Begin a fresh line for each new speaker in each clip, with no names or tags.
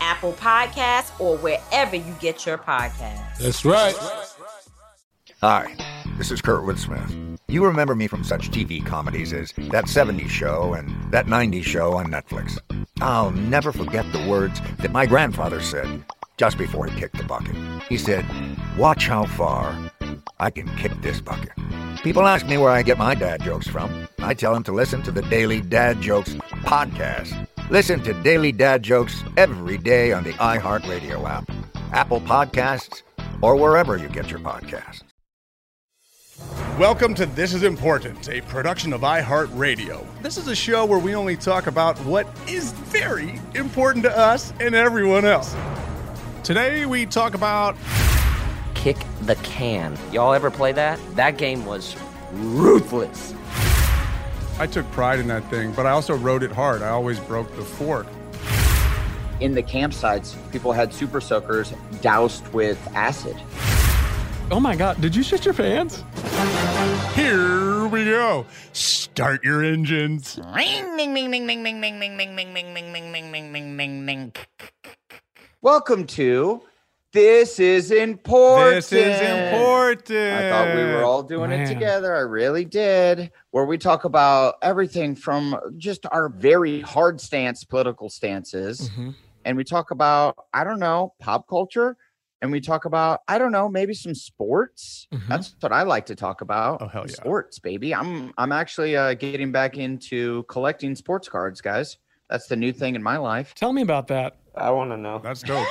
Apple Podcasts, or wherever you get your podcasts.
That's right.
Hi, this is Kurt Woodsmith. You remember me from such TV comedies as That 70s Show and That 90s Show on Netflix. I'll never forget the words that my grandfather said just before he kicked the bucket. He said, Watch how far I can kick this bucket. People ask me where I get my dad jokes from. I tell them to listen to the Daily Dad Jokes podcast. Listen to Daily Dad Jokes every day on the iHeartRadio app, Apple Podcasts, or wherever you get your podcasts.
Welcome to This Is Important, a production of iHeartRadio. This is a show where we only talk about what is very important to us and everyone else. Today we talk about
Kick the Can. Y'all ever play that? That game was ruthless.
I took pride in that thing, but I also rode it hard. I always broke the fork.
In the campsites, people had super soakers doused with acid.
Oh my God, did you shit your pants?
Here we go. Start your engines.
Welcome to This Is Important.
This is important.
I thought we were all doing it
Man.
together. I really did. Where we talk about everything from just our very hard stance, political stances,
Mm-hmm.
Mm-hmm. and we talk about, I don't know, pop culture. And we talk about, I don't know, maybe some sports.
Mhm.
That's what I like to talk about.
Oh, hell yeah.
Sports, baby. I'm I'm actually uh, getting back into collecting sports cards, guys. That's the new thing in my life.
Tell me about that.
I want to know.
That's dope.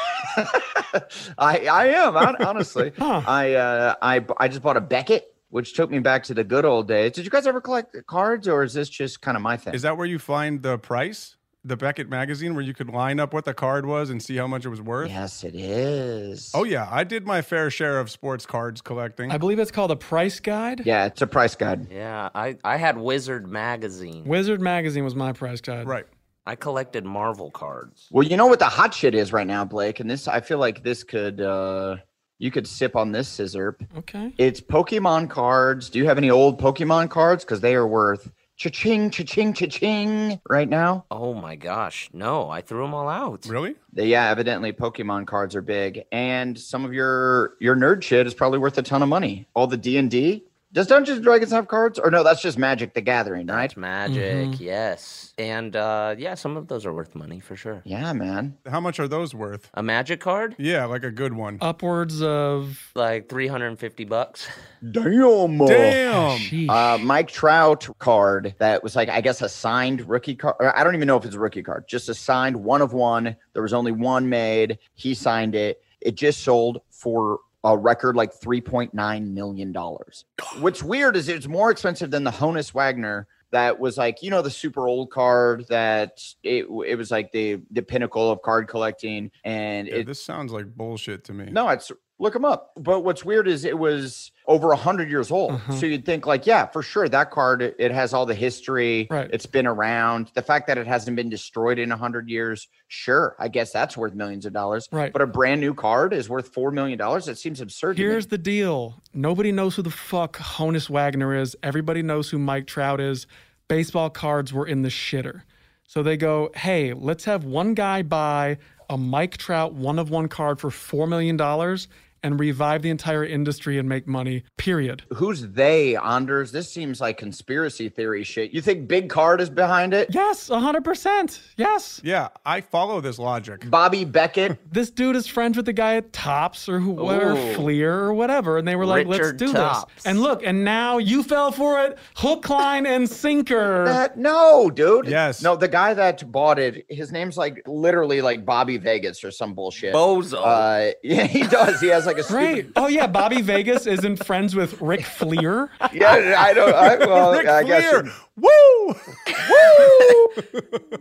I I am hon- honestly.
Huh.
I uh I b- I just bought a Beckett, which took me back to the good old days. Did you guys ever collect cards, or is this just kind of my thing?
Is that where you find the price? The Beckett magazine where you could line up what the card was and see how much it was worth?
yes, it is.
Oh yeah, I did my fair share of sports cards collecting.
I believe it's called a price guide.
yeah, it's a price guide.
Yeah, I, I had Wizard Magazine.
Wizard Magazine was my price guide.
right.
I collected Marvel cards.
Well, you know what the hot shit is right now, Blake, and this I feel like this could uh you could sip on this scissor.
Okay.
It's Pokemon cards. Do you have any old Pokemon cards? Because they are worth cha-ching, cha-ching, cha-ching right now.
Oh my gosh, no, I threw them all out.
Really?
They, yeah, evidently Pokemon cards are big, and some of your your nerd shit is probably worth a ton of money. All the D and D. Does Dungeons and Dragons have cards? Or no, that's just Magic: The Gathering, right?
That's magic, yes. And uh, yeah, some of those are worth money for sure.
Yeah, man.
How much are those worth?
A magic card?
Yeah, like a good one.
Upwards of.
Like 350 bucks.
Damn.
Damn.
Sheesh.
Uh, Mike Trout card that was like I guess a signed rookie card. or I don't even know if it's a rookie card, just a signed one of one. There was only one made. He signed it. It just sold for a record like three point nine million dollars. What's weird is it's more expensive than the Honus Wagner that was like you know the super old card that it it was like the the pinnacle of card collecting and
Yeah,
it
this sounds like bullshit to me.
no it's Look them up. But what's weird is it was over 100 years old.
Mm-hmm.
So you'd think, like, yeah, for sure, that card, it has all the history.
Right.
It's been around. The fact that it hasn't been destroyed in 100 years, sure, I guess that's worth millions of dollars.
Right.
But a brand new card is worth $4 million. That seems absurd. to me.
Here's the deal. Nobody knows who the fuck Honus Wagner is. Everybody knows who Mike Trout is. Baseball cards were in the shitter. So they go, hey, let's have one guy buy a Mike Trout one of one card for $4 million and revive the entire industry and make money, period.
Who's they, Anders? This seems like conspiracy theory shit. You think Big Card is behind it?
Yes, 100%. Yes.
Yeah, I follow this logic.
Bobby Beckett,
This dude is friends with the guy at Tops or whoever,
Ooh.
Fleer or whatever. And they were like,
Richard
let's do
Topps.
this. And look, and now you fell for it hook, line, and sinker.
That- no, dude.
Yes.
No, the guy that bought it, his name's like literally like Bobby Vegas or some bullshit.
Bozo.
Uh, yeah, he does. He has like a
Right.
stupid.
Oh yeah, Bobby Vegas isn't friends with Rick Fleer.
Yeah, I don't. I, well,
Ric
I guess.
Flair. Woo!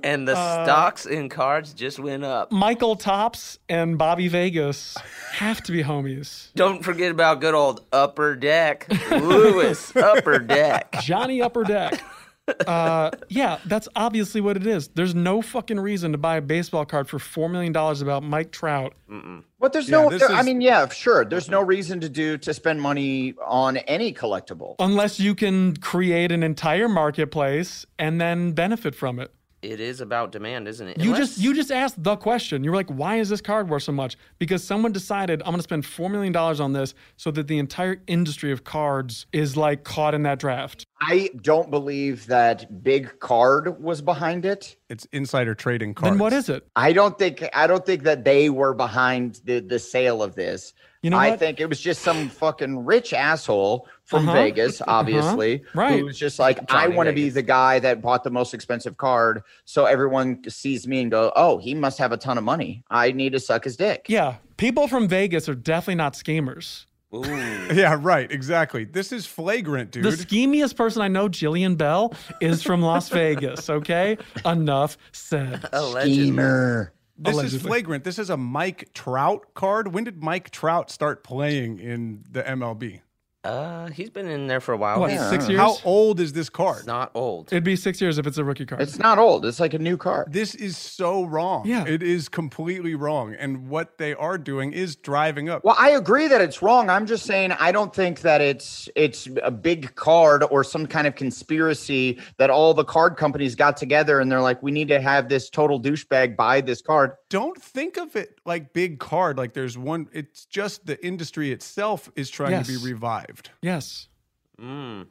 And the
Uh,
stocks in cards just went up.
Michael Tops and Bobby Vegas have to be homies.
Don't forget about good old Upper Deck. Lewis, Upper Deck.
Johnny Upper Deck. Uh, yeah, that's obviously what it is. There's no fucking reason to buy a baseball card for four million dollars about Mike Trout.
But there's
Yeah,
no.
this
there- I
is-
mean, yeah, sure. There's no reason to do to spend money on any collectible.
Unless you can create an entire marketplace and then benefit from it.
It is about demand, isn't it?
You
Unless-
just you just asked the question. You were like, why is this card worth so much? Because someone decided I'm gonna spend four million dollars on this so that the entire industry of cards is like caught in that draft.
I don't believe that Big Card was behind it.
It's insider trading cards.
Then what is it?
I don't think. I don't think that they were behind the the sale of this.
You know
I
what?
think it was just some fucking rich asshole from
Uh-huh.
Vegas, obviously,
Right.
who was just like, I
Johnny
want to be
Vegas.
the guy that bought the most expensive card, so everyone sees me and go, oh, he must have a ton of money. I need to suck his dick.
Yeah, people from Vegas are definitely not schemers.
Ooh.
Yeah, right. Exactly. This is flagrant, dude.
The schemiest person I know, Jillian Bell, is from Las Vegas. Okay, enough said.
Allegedly.
Schemer.
this is
Allegedly.
flagrant. This is a Mike Trout card. When did Mike Trout start playing in the MLB?
Uh, he's been in there for a while.
What
He's
six years?
How old is this card?
not old.
It'd be six years if it's a rookie card.
It's not old. It's like a new card.
This is so wrong.
Yeah.
It is completely wrong. And what they are doing is driving up.
Well, I agree that it's wrong. I'm just saying I don't think that it's it's a big card or some kind of conspiracy that all the card companies got together and they're like, we need to have this total douchebag buy this card.
Don't think of it like big card. Like there's one. It's just the industry itself is trying to
Yes.
be revived.
yes.
Mm.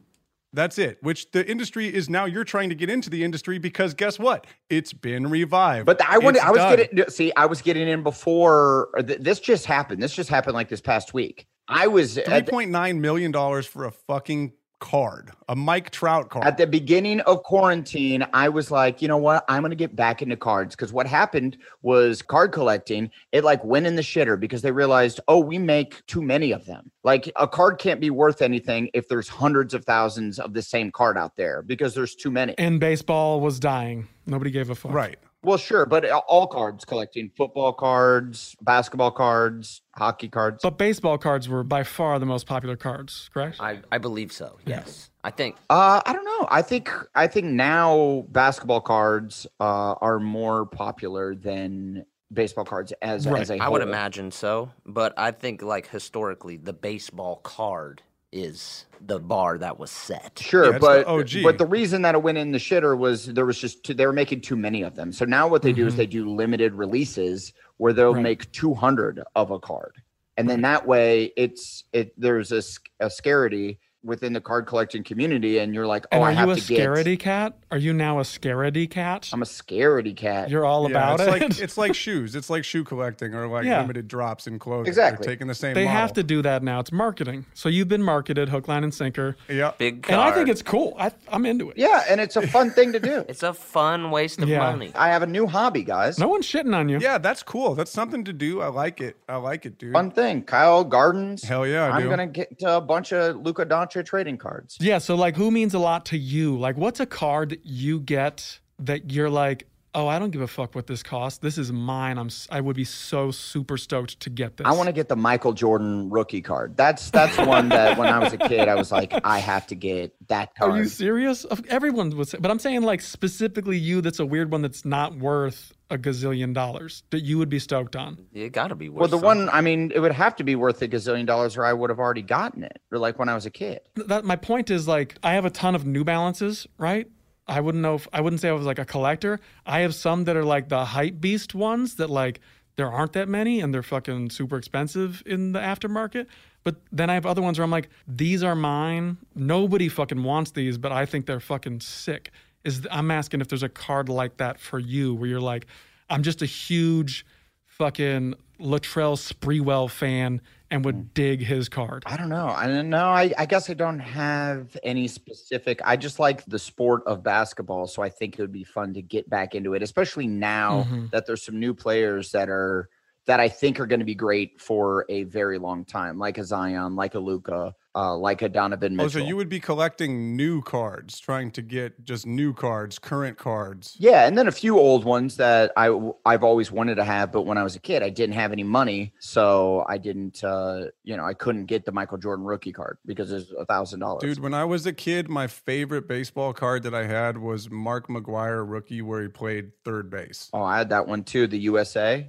That's it. Which the industry is now. You're trying to get into the industry because guess what? It's been revived.
But I wanted,
It's
I was
done.
getting see, I was getting in before or th- this just happened. This just happened like this past week. I was uh,
three
at, the-
point nine million dollars for a fucking card, a Mike Trout card.
at the beginning of quarantine. I was like, you know what? I'm gonna get back into cards because what happened was card collecting. It like went in the shitter because they realized, oh, we make too many of them. Like a card can't be worth anything if there's hundreds of thousands of the same card out there because there's too many.
And baseball was dying. Nobody gave a fuck.
right.
Well, sure, but all cards collecting football cards, basketball cards, hockey cards.
But baseball cards were by far the most popular cards, correct?
I, I believe so. Yes. I think.
Uh, I don't know. I think I think now basketball cards uh, are more popular than baseball cards as
Right.
as a
I would
whole.
imagine so, but I think like historically, the baseball card is the bar that was set.
Sure,
Yeah, it's
but
the OG.
but the reason that it went in the shitter was there was just too, they were making too many of them. So now what they do is they do limited releases where they'll
Mm-hmm. Right.
make 200 of a card. And then that way it's it there's a, sc- a scarcity within the card collecting community and you're like,
and
"Oh,
are
I have
you a
to get
scaredy cat? Are you now a scaredy cat?
I'm a scaredy cat."
You're all
Yeah,
about
it's
it.
like it's like shoes. It's like shoe collecting or like
Yeah.
limited drops in clothing.
Exactly.
They're taking the same.
they
model.
have to do that now. It's marketing. So you've been marketed hook, line, and sinker.
Yeah.
Big card.
And I think it's cool. I, I'm into it.
Yeah, and it's a fun thing to do.
It's a fun waste of
Yeah.
money.
I have a new hobby, guys.
No one's shitting on you.
Yeah, that's cool. That's something to do. I like it. I like it, dude.
Fun thing, Kyle Gardens.
Hell yeah, I
I'm
do.
gonna get a bunch of Luka Doncic trading cards.
Yeah, so like who means a lot to you? Like what's a card that you get that you're like, oh, I don't give a fuck what this costs. This is mine. I'm s- I would be so super stoked to get this.
I want to get the Michael Jordan rookie card. That's that's one that when I was a kid, I was like, I have to get that card.
Are you serious? Of- Everyone would say, but I'm saying like specifically you. That's a weird one. That's not worth a gazillion dollars that you would be stoked on.
It got to be worth.
well, the
something.
one I mean, it would have to be worth a gazillion dollars, or I would have already gotten it. Or like when I was a kid.
That my point is like I have a ton of New Balances, right? I wouldn't know. If, I wouldn't say I was like a collector. I have some that are like the hype beast ones that like there aren't that many and they're fucking super expensive in the aftermarket. But then I have other ones where I'm like, these are mine. Nobody fucking wants these, but I think they're fucking sick. Is I'm asking if there's a card like that for you where you're like, I'm just a huge fucking Latrell Sprewell fan and would dig his card.
Hmm. I don't know. I don't know. I, I guess I don't have any specific. I just like the sport of basketball, so I think it would be fun to get back into it, especially now
Mm-hmm.
Mhm.
that there's some new players that are that I think are going to be great for a very long time, like a Zion, like a Luca, uh, like a Donovan
Oh,
Mitchell.
so you would be collecting new cards, trying to get just new cards, current cards.
Yeah, and then a few old ones that I I've always wanted to have, but when I was a kid, I didn't have any money, so I didn't. Uh, you know, I couldn't get the Michael Jordan rookie card because it's a thousand dollars.
Dude, when I was a kid, my favorite baseball card that I had was Mark McGuire rookie, where he played third base.
Oh, I had that one too. The USA.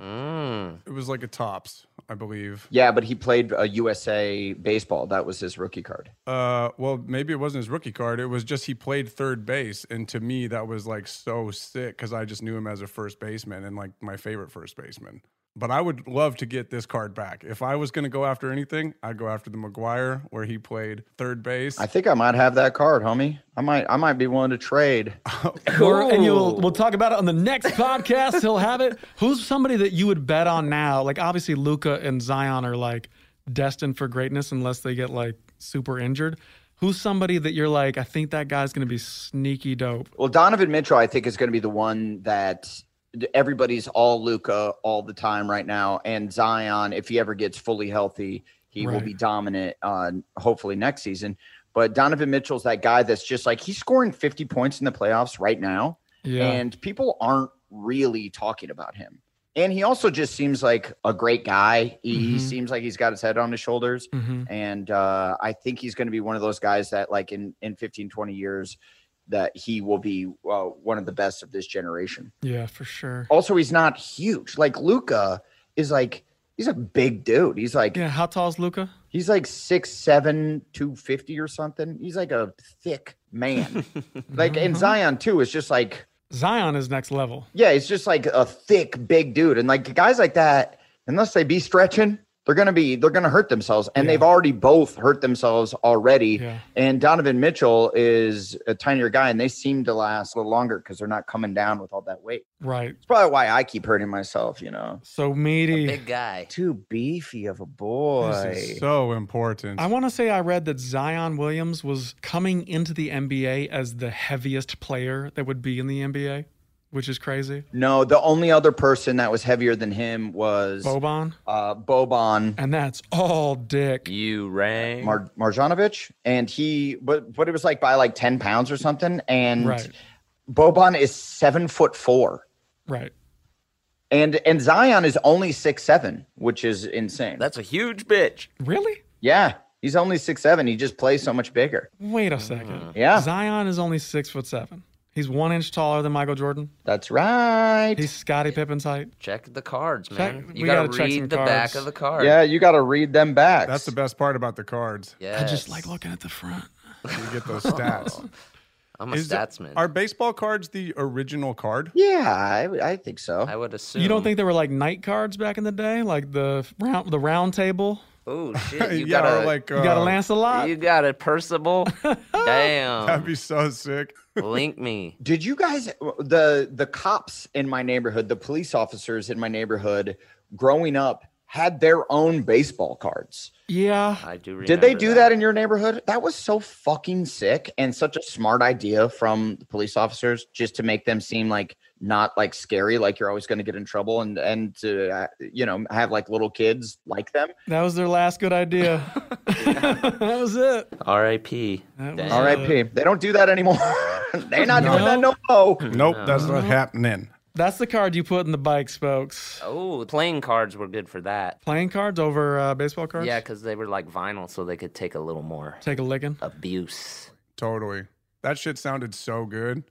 It was like a tops, I believe.
Yeah, but he played uh, USA baseball. That was his rookie card.
Uh, well, maybe it wasn't his rookie card. It was just he played third base, and to me, that was like so sick because I just knew him as a first baseman and like my favorite first baseman. But I would love to get this card back. If I was going to go after anything, I'd go after the McGuire, where he played third base.
I think I might have that card, homie. I might I might be willing to trade.
Or- and you'll we'll talk about it on the next podcast. He'll have it. Who's somebody that you would bet on now? Like obviously Luca and Zion are like destined for greatness unless they get like super injured. Who's somebody that you're like, I think that guy's gonna be sneaky dope?
Well, Donovan Mitchell, I think, is going to be the one that everybody's all Luca all the time right now, and Zion. If he ever gets fully healthy, he will
Right.
be dominant. Uh, hopefully next season. But Donovan Mitchell's that guy that's just like he's scoring 50 points in the playoffs right now.
Yeah.
And people aren't really talking about him. And he also just seems like a great guy. He, he
Mhm.
seems like he's got his head on his shoulders.
Mhm.
And uh, I think he's going to be one of those guys that, like, in, in 15, 20 years, that he will be uh, one of the best of this generation.
Yeah, for sure.
Also, he's not huge. Like, Luca is like, he's a big dude. He's like,
Yeah, how tall is Luca?
he's like six, seven, 250 or something. He's like a thick man. like,
Uh-huh.
and Zion, too, is just like,
Zion is next level.
yeah, he's just like a thick, big dude. And like guys like that, unless they be stretching, they're gonna be they're gonna hurt themselves. And they've already both hurt themselves already.
Yeah.
And Donovan Mitchell is a tinier guy, and they seem to last a little longer because they're not coming down with all that weight.
Right.
It's probably why I keep hurting myself, you know.
So meaty.
big guy.
Too beefy of a boy.
This is so important.
I want to say I read that Zion Williams was coming into the NBA as the heaviest player that would be in the NBA, which is crazy.
no, the only other person that was heavier than him was
Boban.
uh, Boban.
And that's all dick.
You rang.
Mar- Marjanovic, and he, but but it was like by like ten pounds or something. And
Right.
Boban is seven foot four,
Right.
and and Zion is only six seven, which is insane.
That's a huge bitch.
Really?
yeah, he's only six seven. He just plays so much bigger.
Wait a
Mm-hmm.
second.
Yeah.
Zion is only six foot seven. He's one inch taller than Michael Jordan.
That's right.
He's Scottie Pippen's height.
Check the cards,
Check-
man.
we
You gotta,
gotta check some
read the back
cards.
of the card.
yeah, you got to read them back.
That's the best part about the cards.
Yes.
I just like looking at the front.
You get those stats.
I'm a
Is-
statsman.
Are baseball cards the original card?
Yeah, I, I think so.
I would assume.
You don't think there were like night cards back in the day, like the round, the round table?
Oh shit! You
yeah, or
got a
like
You got a
uh,
Lancelot.
You got a Percival.
That'd
Damn.
be so sick.
Link me.
Did you guys the the cops in my neighborhood, the police officers in my neighborhood, growing up had their own baseball cards.
yeah.
I do. Remember
Did they do that. in your neighborhood? That was so fucking sick and such a smart idea from the police officers just to make them seem like not like scary, like you're always going to get in trouble, and and to uh, you know have like little kids like them.
That was their last good idea. that was it.
R.I.P.
That
Damn.
was uh,
All
it.
R.I.P. They don't do that anymore. They're not doing that no more.
Uh-huh.
Nope, that's not happening.
That's the card you put in the bike spokes.
Oh, playing cards were good for that.
Playing cards over uh, baseball cards?
Yeah, because they were like vinyl, so they could take a little more
Take a licking.
abuse.
Totally. That shit sounded so good.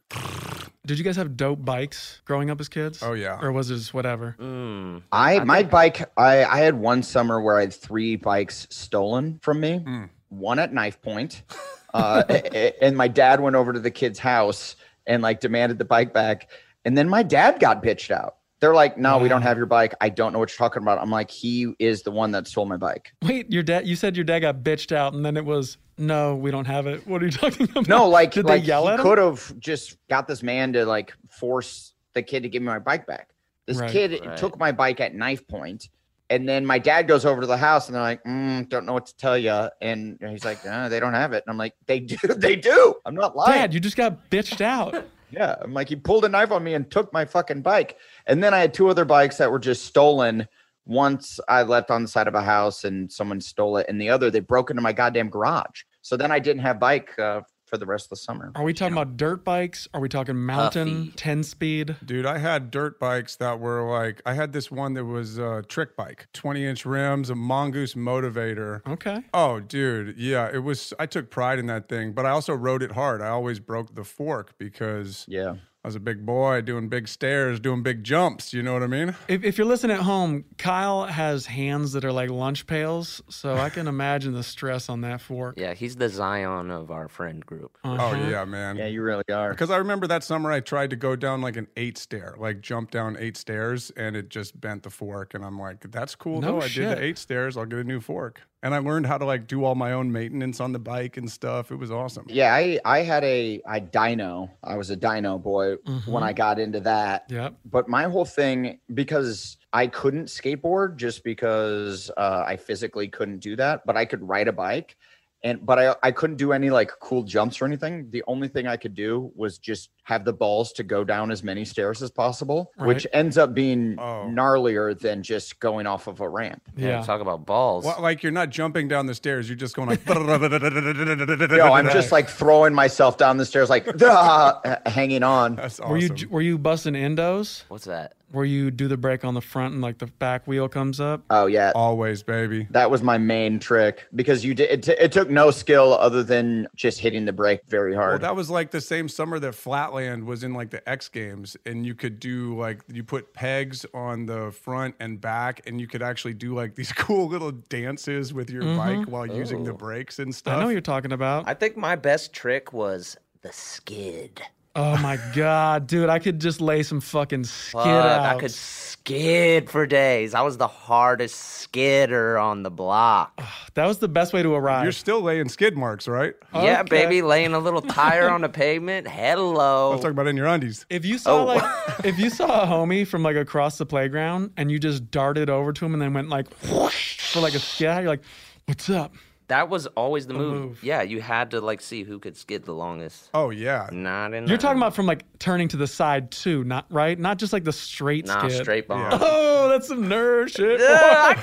Did you guys have dope bikes growing up as kids?
Oh, yeah.
Or was it just whatever?
Mm.
I
I
my
think-
bike I, I had one summer where I had three bikes stolen from me.
Hmm.
One at knife point. Uh, a- a- and my dad went over to the kid's house and like demanded the bike back. And then my dad got bitched out. They're like, "No, we
Hmm.
don't have your bike. I don't know what you're talking about." I'm like, "He is the one that stole my bike."
Wait, your dad, you said your dad got bitched out and then it was, no, we don't have it. What are you talking about?
No, like,
Did
like
they yell
he
at him?
could have just got this man to like force the kid to give me my bike back. This
Right.
kid
Right.
took my bike at knife point, and then my dad goes over to the house, and they're like, mm, "Don't know what to tell you," and he's like, "No, they don't have it." And I'm like, "They do, they do." I'm not lying.
Dad, you just got bitched out.
Yeah, I'm like, he pulled a knife on me and took my fucking bike. And then I had two other bikes that were just stolen. Once I left on the side of a house and someone stole it, and the other they broke into my goddamn garage. So then I didn't have bike uh, for the rest of the summer.
Are we talking about dirt bikes? Are we talking mountain,
Huffy.
10 speed?
Dude, I had dirt bikes that were like, I had this one that was a trick bike, 20 inch rims, a mongoose motivator.
Okay.
Oh, dude. Yeah. It was, I took pride in that thing, but I also rode it hard. I always broke the fork because
Yeah.
I was a big boy doing big stairs, doing big jumps. You know what I mean?
If, if you're listening at home, Kyle has hands that are like lunch pails, so I can imagine the stress on that fork.
Yeah, he's the Zion of our friend group.
Uh-huh.
Oh, yeah, man.
Yeah, you really are.
Because I remember that summer I tried to go down like an eight stair, like jump down eight stairs, and it just bent the fork. And I'm like, that's cool
No
though. I did
shit.
the eight stairs. I'll get a new fork. And I learned how to like do all my own maintenance on the bike and stuff. It was awesome.
Yeah, I, I had a I dyno. I was a dyno boy
Mm-hmm.
when I got into that.
Yep.
But my whole thing, because I couldn't skateboard just because uh, I physically couldn't do that, but I could ride a bike. And but I, I couldn't do any like cool jumps or anything. The only thing I could do was just have the balls to go down as many stairs as possible, which ends up being
Oh.
gnarlier than just going off of a ramp.
Yeah.
Talk about balls.
Well, like you're not jumping down the stairs. You're just going like.
No,
no,
I'm just like throwing myself down the stairs, like "Ah," hanging on.
That's awesome.
Were you were you busting endos?
What's that?
Where you do the brake on the front and like the back wheel comes up?
Oh yeah,
Always, baby.
That was my main trick because you did. It, t- it took no skill other than just hitting the brake very
Well,
hard.
that was like the same summer that Flatland was in like the X Games, and you could do like you put pegs on the front and back, and you could actually do like these cool little dances with your bike while using the brakes and stuff.
Mm-hmm. Oh. I know what you're talking about.
I think my best trick was the skid.
oh my god, dude, I could just lay some fucking skid
Fuck,
out.
I could skid for days. I was the hardest skidder on the block.
that was the best way to arrive.
You're still laying skid marks, right?
Yeah,
Okay.
baby, laying a little tire on the pavement. Hello.
Let's talk about in your undies.
if you saw
Oh.
like if you saw a homie from like across the playground and you just darted over to him and then went like whoosh for like a skid, out, you're like, "What's up?"
That was always the move. Yeah, you had to like see who could skid the longest.
Oh yeah,
Not in.
You're
that
talking
one.
about from like turning to the side too, not right, not just like the straight
nah
skid.
straight bomb.
Oh, that's some nerd shit.
Yeah, I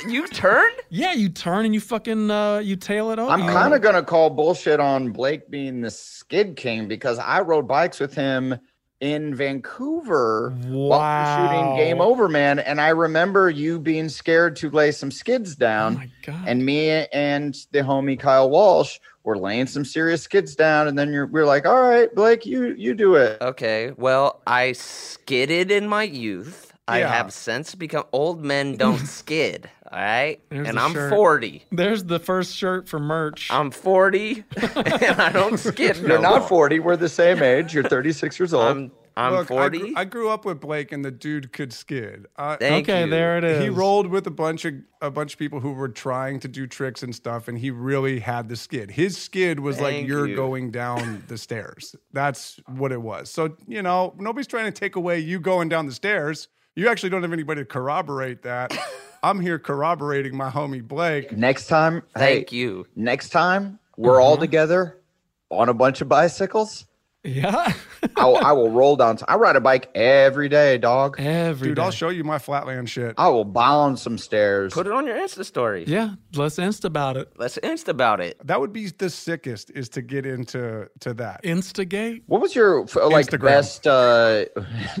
could. You turned.
yeah, you turn and you fucking uh, you tail it over.
I'm kind of gonna call bullshit on Blake being the skid king because I rode bikes with him in Vancouver while we were
Wow.
shooting Game Over Man, and I remember you being scared to lay some skids
Oh
down.
my god.
and me and the homie Kyle Walsh were laying some serious skids down, and then you're, we are like, "All right, Blake, you you do it."
Okay. Well, I skidded in my youth. I
Yeah.
have since become old men don't skid. All right.
There's
and
the
I'm
shirt.
40.
There's the first shirt for merch.
I'm 40 and I don't skid.
You're
no
not
more.
40. We're the same age. You're 36 years old.
I'm I'm
Look, I gr-
40.
I, grew up with Blake, and the dude could skid. I,
Thank
okay,
you.
there it is.
He rolled with a bunch of a bunch of people who were trying to do tricks and stuff, and he really had the skid. His skid was like
Thank
you're
you.
going down the stairs. That's what it was. So you know, nobody's trying to take away you going down the stairs. You actually don't have anybody to corroborate that. I'm here corroborating my homie Blake.
next time, hey,
Thank you.
Next time, we're all together on a bunch of bicycles,
Yeah.
I, will, I will roll down. I ride a bike every day, dog.
Every
Dude, I'll show you my flatland shit.
I will bound some stairs.
Put it on your Insta story.
Yeah, let's insta about it.
Let's Insta about it.
That would be the sickest is to get into to that.
Instigate.
What was your f- like
Instagram.
best uh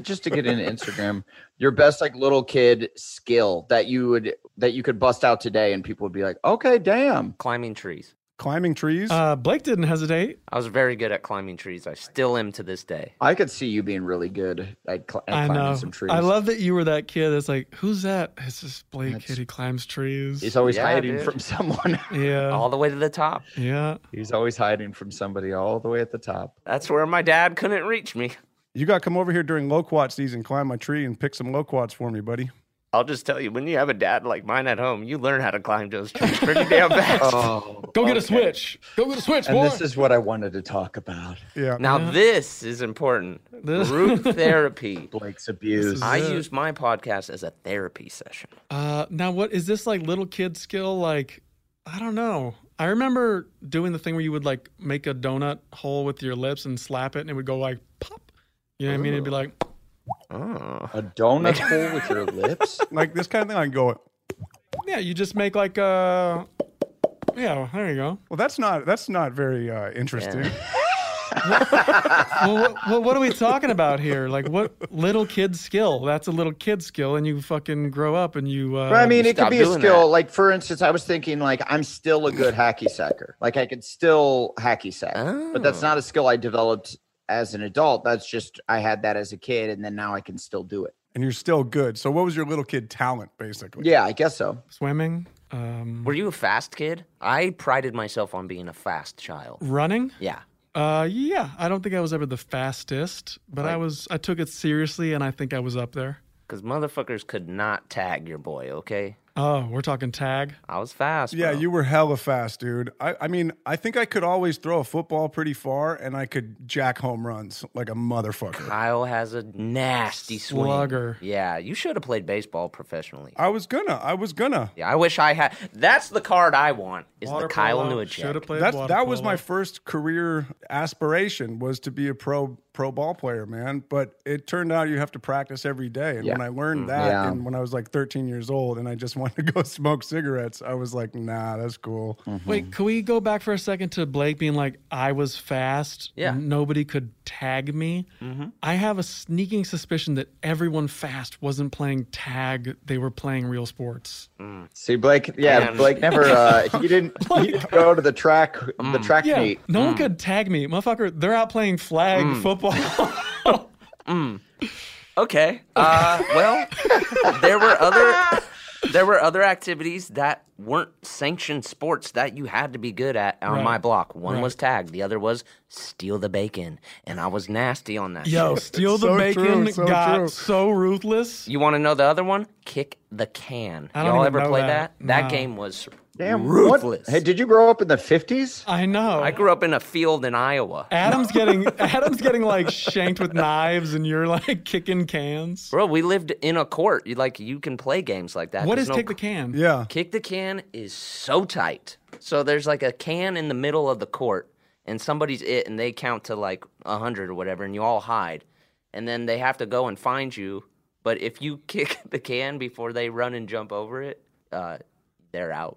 just to get into Instagram, your best like little kid skill that you would that you could bust out today and people would be like, "Oh, "Okay, damn."
Climbing trees.
Climbing trees.
Uh, Blake didn't hesitate.
I was very good at climbing trees. I still am to this day.
I could see you being really good at, cl- at
I
climbing
know.
some trees.
I love that you were that kid that's like, who's that? It's just Blake
That's-
kid. He climbs trees.
He's always
Yeah,
hiding
dude.
from someone.
yeah.
All the way to the top.
yeah.
He's always hiding from somebody all the way at the top.
That's where my dad couldn't reach me.
you got to come over here during loquat season, climb my tree and pick some loquats for me, buddy.
I'll just tell you, when you have a dad like mine at home, you learn how to climb those trees pretty damn fast.
Oh.
Go get a switch. Go get a switch,
And
boy.
this is what I wanted to talk about.
Yeah.
Now this is important.
This-
Group therapy.
Blake's abuse.
is-
I
Yeah.
use my podcast as a therapy session.
uh, now, what is this like little kid skill? Like, I don't know. I remember doing the thing where you would like make a donut hole with your lips and slap it, and it would go like pop. You know what I mean? It'd be like,
Oh.
A donut hole with your lips?
like this kind of thing, I can go.
yeah, you just make like a. Yeah, well, there you go.
Well, that's not that's not very uh, interesting.
well, what, well, what are we talking about here? Like, what little kid skill? That's a little kid skill, and you fucking grow up and you. Uh,
But I mean, it could
stop
be a
doing
skill.
that.
Like for instance, I was thinking like I'm still a good hacky sacker. Like I could still hacky sack, but that's Oh. not a skill I developed as an adult. That's just I had that as a kid, and then now I can still do it.
And you're still good. So what was your little kid talent basically?
Yeah, I guess so.
swimming, um,
Were you a fast kid? I prided myself on being a fast child.
running.
Yeah.
Uh, yeah, I don't think I was ever the fastest, but I was. I took it seriously, and I think I was up there.
Because motherfuckers could not tag your boy, okay?
Oh, we're talking tag.
I was fast.
Yeah,
bro.
you were hella fast, dude. I, I mean, I think I could always throw a football pretty far and I could jack home runs like a motherfucker.
Kyle has a nasty swing.
Slugger.
Yeah, you should have played baseball professionally.
I was gonna. I was gonna.
Yeah, I wish I had. That's the card I want. Is the Kyle
should have
Newajek?
played.
That's
water
that was
polo.
my first career aspiration was to be a pro pro ball player, man. But it turned out you have to practice every day. And when I
Mm.
learned that,
Yeah.
and when I was like 13 years old, and I just wanted to go smoke cigarettes, I was like, nah, that's cool.
Mm-hmm. Hmm.
Wait, can we go back for a second to Blake being like, I was fast.
Yeah. Mm-hmm.
Nobody could tag me. I have a sneaking suspicion that everyone fast wasn't playing tag, they were playing real sports.
See, Blake. Yeah,
Man.
Blake never. Uh, he didn't. He didn't go to the track.
Hmm.
The track
Yeah.
meet. Hmm.
No one could tag me. Motherfucker, they're out playing flag football.
Hmm. Okay. Uh, well, there were other there were other activities that weren't sanctioned sports that you had to be good at on
Right.
my block. One
Right.
was tag, the other was steal the bacon, and I was nasty on that.
Yo,
shit.
steal the
So
bacon
true, so
got
true.
so ruthless.
You want to know the other one? Kick the can.
I don't
Y'all
even
ever
know
play that?
that.
That
No.
game was
Damn, what?
ruthless.
Hey, did you grow up in the fifties?
I know.
I grew up in a field in Iowa.
Adam's getting Adam's getting like shanked with knives and you're like kicking cans.
Bro, we lived in a court. You like you can play games like that.
What
There's
is
no
take the can?
Yeah.
Kick the can is so tight. So there's like a can in the middle of the court, and somebody's it, and they count to like a hundred or whatever, and you all hide, and then they have to go and find you. But if you kick the can before they run and jump over it, uh, they're out.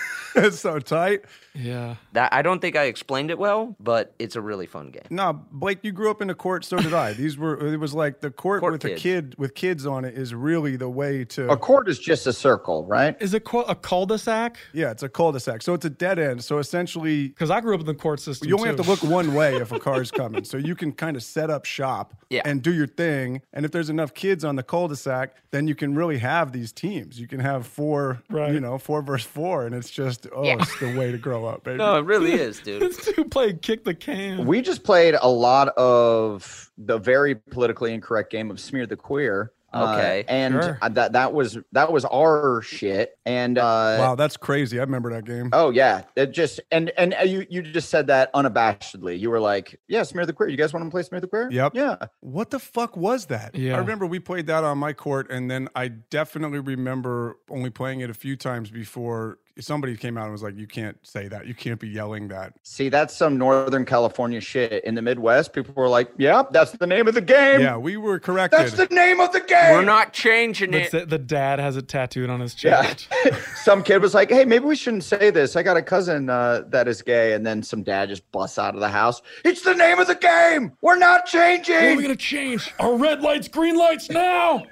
it's so tight.
Yeah.
That I don't think I explained it well, but it's a really fun game.
Nah, Blake, you grew up in a court, so did I. These were it was like the court,
Court
with a
kids.
kid with kids on it is really the way to
A court is just a circle, right?
Is it qu- a cul-de-sac?
Yeah, it's a cul-de-sac. So it's a dead end. So essentially
Because I grew up in the court system.
you only have
too.
to look one way if a car's coming. So you can kind of set up shop
Yeah.
and do your thing. And if there's enough kids on the cul-de-sac, then you can really have these teams. You can have four,
Right.
you know, four versus four. And it's just, oh, it's the way to grow up, baby.
No, it really is, dude.
This dude played kick the can.
We just played a lot of the very politically incorrect game of smear the queer. uh,
Okay.
and
Sure.
uh, that that was that was our shit. And uh,
Wow, that's crazy. I remember that game.
oh yeah, it just and and uh, you you just said that unabashedly. You were like, yeah, smear the queer. You guys want to play smear the queer?
Yep.
Yeah.
What the fuck was that?
Yeah.
I remember we played that on my court, and then I definitely remember only playing it a few times before somebody came out and was like, "You can't say that. You can't be yelling that."
See, that's some Northern California shit. In the Midwest, people were like, "Yep, that's the name of the game."
Yeah, we were corrected.
That's the name of the game.
We're not changing it.
That's it. The dad has it tattooed on his chest.
Yeah. some kid was like, "Hey, maybe we shouldn't say this. I got a cousin uh, that is gay," and then some dad just busts out of the house. It's the name of the game. We're not changing.
What are we gonna change? Our red lights, green lights now.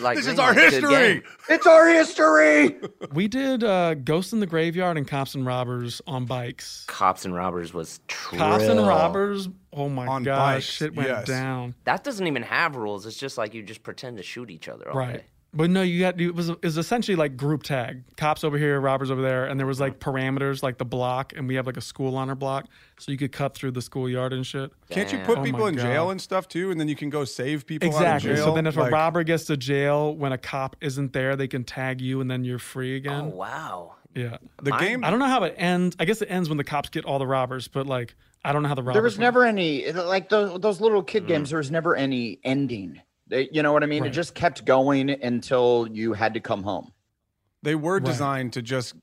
light.
This
green
is our
light, good
history.
game.
it's our history.
we did uh, Ghost in the Graveyard and Cops and Robbers on bikes.
Cops and robbers was true.
Cops and Robbers. Oh my
On
gosh,
bikes,
shit went
yes.
down.
That doesn't even have rules. It's just like you just pretend to shoot each other. All
Right.
day.
But no, you got it was it was essentially like group tag. Cops over here, robbers over there, and there was
Uh-huh.
like parameters like the block, and we have like a school on our block, so you could cut through the schoolyard and shit.
Can't you
Damn.
put
Oh
people
my
in
God.
jail and stuff too, and then you can go save people
Exactly.
out of jail?
So then, if
Like,
a robber gets to jail when a cop isn't there, they can tag you, and then you're free
Oh
again.
wow.
Yeah.
the game,
I don't know how it ends. I guess it ends when the cops get all the robbers, but like I don't know how the robbers.
there was
win.
never any like those, those little kid games. There was never any ending. They, you know what I mean?
Right.
It just kept going until you had to come home.
they were
Right.
designed to just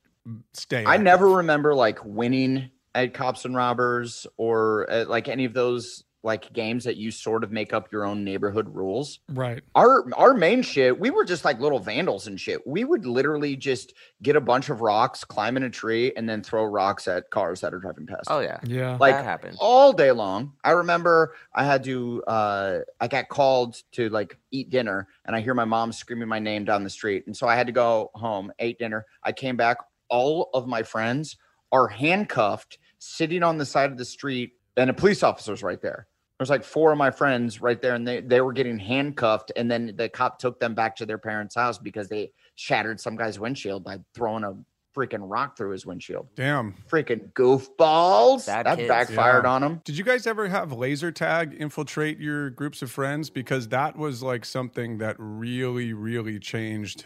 stay.
I
active.
never remember like winning at cops and robbers or at, like any of those like games that you sort of make up your own neighborhood rules.
right.
Our our main shit, we were just like little vandals and shit. We would literally just get a bunch of rocks, climb in a tree, and then throw rocks at cars that are driving past.
Oh yeah.
Yeah.
like
that happened.
all day long. I remember I had to uh I got called to like eat dinner and I hear my mom screaming my name down the street. And so I had to go home, ate dinner. I came back, all of my friends are handcuffed sitting on the side of the street and a police officer's right there. There's like four of my friends right there and they they were getting handcuffed and then the cop took them back to their parents' house because they shattered some guy's windshield by throwing a freaking rock through his windshield.
Damn.
Freaking goofballs.
Bad
that
kids.
backfired
Yeah.
on him.
Did you guys ever have laser tag infiltrate your groups of friends? Because that was like something that really, really changed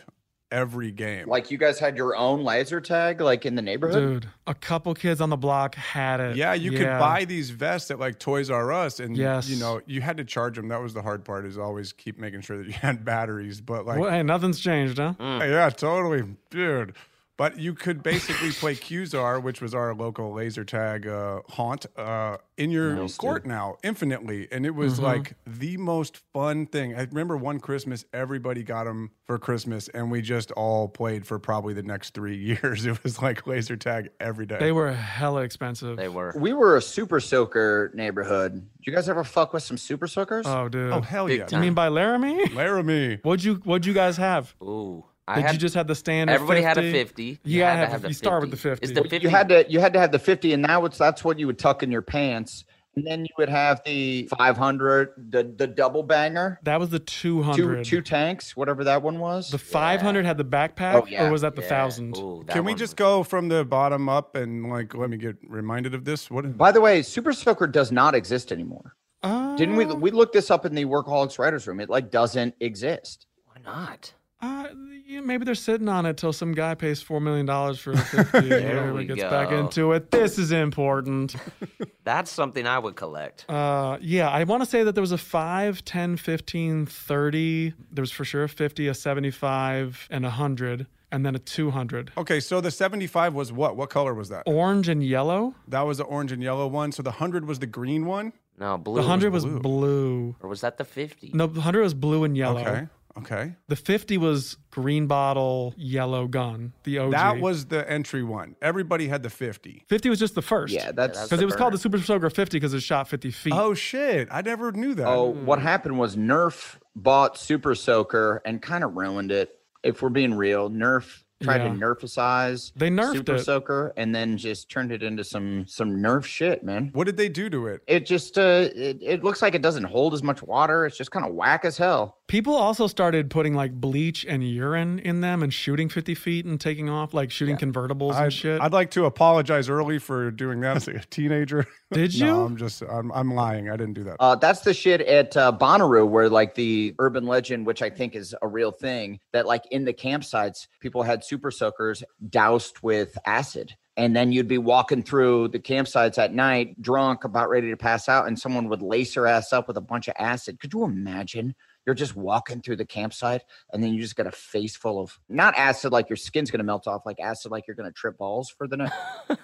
every game.
Like you guys had your own laser tag, like in the neighborhood.
Dude, a couple kids on the block had it.
yeah, you could buy these vests at like Toys R Us, and
Yes.
you know you had to charge them. That was the hard part. Is always keep making sure that you had batteries. But like,
Well, hey, nothing's changed, huh?
Mm.
yeah, totally, dude. But you could basically play Qzar, which was our local laser tag uh, haunt, uh, in your court now infinitely, and it
Mm-hmm.
was like the most fun thing. I remember one Christmas, everybody got them for Christmas, and we just all played for probably the next three years. It was like laser tag every day.
They were hella expensive.
They were.
We were a super soaker neighborhood. Did you guys ever fuck with some super soakers?
Oh, dude.
oh hell
Big
yeah,
you mean by Laramie?
Laramie.
What'd you What'd you guys have?
Ooh. I
Did
had,
you just have the standard?
everybody
50?
had a fifty.
You
had
gotta
to
have-
have the
you start with the 50.
It's the
You
fifty.
you had to you had to have the 50 and now it's that's what you would tuck in your pants. And then you would have the 500, the the double banger,
That was the two
two
hundred.
two tanks, whatever that one was.
the five hundred had the backpack,
Oh, yeah.
or was that the
Yeah.
thousand?
Ooh, that
Can we
one
just
was-
go from the bottom up and like let me get reminded of this? What?
By the way, super soaker does not exist anymore.
Uh,
Didn't
Oh.
we we looked this up in the workaholics writers room. It like doesn't exist.
Why not?
Uh, yeah, maybe they're sitting on it till some guy pays four million dollars for a fifty. and everybody
we
gets
go.
back into it. This is important.
That's something I would collect.
Uh, yeah, I want to say that there was a 5, 10, 15, 30. There was for sure a 50, a 75, and a 100, and then a 200.
Okay, so the 75 was what? What color was that?
Orange and yellow.
That was the orange and yellow one. So the 100 was the green one.
No, blue.
The 100
was blue.
was blue.
or was that the fifty?
No, the 100 was blue and yellow.
Okay. Okay.
The 50 was green bottle, yellow gun, the OG.
That was the entry one. Everybody had the 50.
50 was just the first.
Yeah, that's
Because it was called the Super Soaker 50 because it shot 50 feet.
Oh shit, I never knew that.
Oh, what happened was Nerf bought Super Soaker and kind of ruined it. If we're being real, Nerf tried
Yeah.
to nerficize
They nerfed
Super
it.
Soaker and then just turned it into some some Nerf shit, man.
What did they do to it?
It just uh, it, it looks like it doesn't hold as much water. It's just kind of whack as hell.
People also started putting like bleach and urine in them and shooting 50 feet and taking off, like shooting convertibles and
I'd,
shit.
I'd like to apologize early for doing that as a teenager.
Did you?
No, I'm just I'm I'm lying. I didn't do that.
Uh, that's the shit at uh, Bonnaroo, where like the urban legend, which I think is a real thing, that like in the campsites, people had super soakers doused with acid. And then you'd be walking through the campsites at night, drunk, about ready to pass out, and someone would lace your ass up with a bunch of acid. Could you imagine? You're just walking through the campsite, and then you just got a face full of not acid, like your skin's gonna melt off, like acid, like you're gonna trip balls for the night.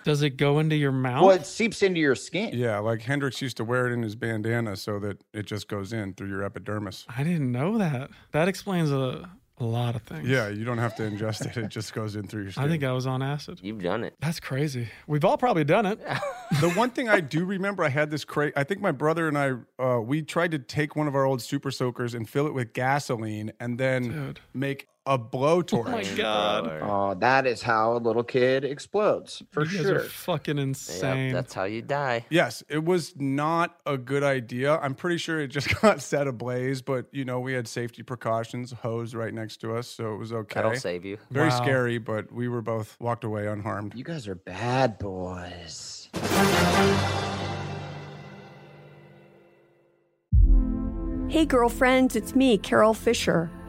Does it go into your mouth?
well, it seeps into your skin.
Yeah, like Hendrix used to wear it in his bandana so that it just goes in through your epidermis.
I didn't know that. That explains a, a lot of things.
Yeah, you don't have to ingest it; it just goes in through your skin.
I think I was on acid.
You've done it.
That's crazy. We've all probably done it.
the one thing I do remember, I had this cra I think my brother and I, uh, we tried to take one of our old super soakers and fill it with gasoline, and then
Dude.
make a blowtorch.
Oh God.
Oh, that is how a little kid explodes for
you guys
sure.
are fucking
Yep,
insane.
that's how you die.
Yes, it was not a good idea. I'm pretty sure it just got set ablaze, but you know we had safety precautions, hose right next to us, so it was okay.
That'll save you.
Very
Wow.
scary, but we were both walked away unharmed.
You guys are bad boys.
Hey, girlfriends, it's me, Carol Fisher.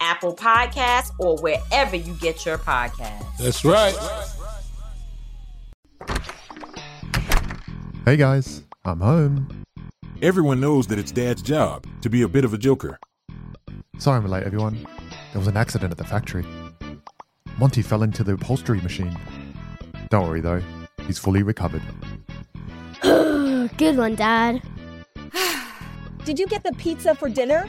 Apple Podcasts, or wherever you get your podcasts.
That's right.
Hey guys, I'm home.
Everyone knows that it's Dad's job to be a bit of a joker.
Sorry I'm late, everyone. There was an accident at the factory. Monty fell into the upholstery machine. Don't worry though, he's fully recovered.
Good one, Dad.
Did you get the pizza for dinner?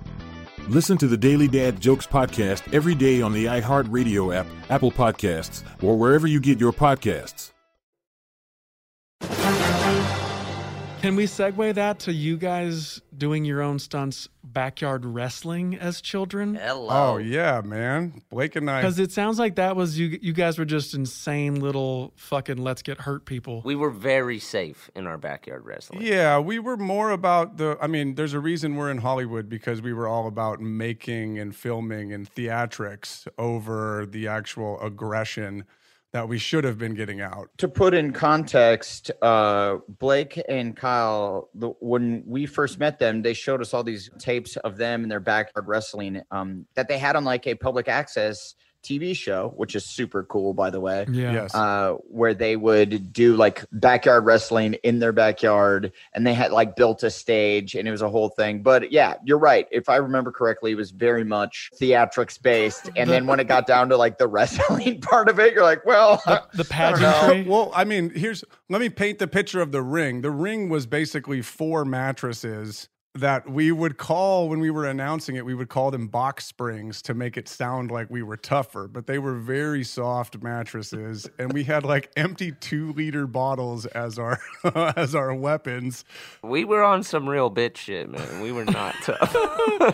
Listen to the Daily Dad Jokes podcast every day on the iHeartRadio app, Apple Podcasts, or wherever you get your podcasts.
Can we segue that to you guys doing your own stunts, backyard wrestling as children?
Oh yeah, man. Blake and I.
Because it sounds like that was you. You guys were just insane little fucking let's get hurt people.
We were very safe in our backyard wrestling.
Yeah, we were more about the. I mean, there's a reason we're in Hollywood because we were all about making and filming and theatrics over the actual aggression that we should have been getting out.
to put in context, uh, Blake and Kyle, the, when we first met them, they showed us all these tapes of them and their backyard wrestling um, that they had on like a public access TV show, which is super cool, by the way.
Yeah. Yes.
Uh, where they would do like backyard wrestling in their backyard and they had like built a stage and it was a whole thing. But yeah, you're right. If I remember correctly, it was very much theatrics based. And then when it got down to like the wrestling part of it, you're like, well,
the
pageantry. Well, I mean, here's let me paint the picture of the ring. The ring was basically four mattresses that we would call when we were announcing it. We would call them box springs to make it sound like we were tougher, but they were very soft mattresses, and we had like empty two liter bottles as our as our weapons.
We were on some real bitch shit, man. We were not tough.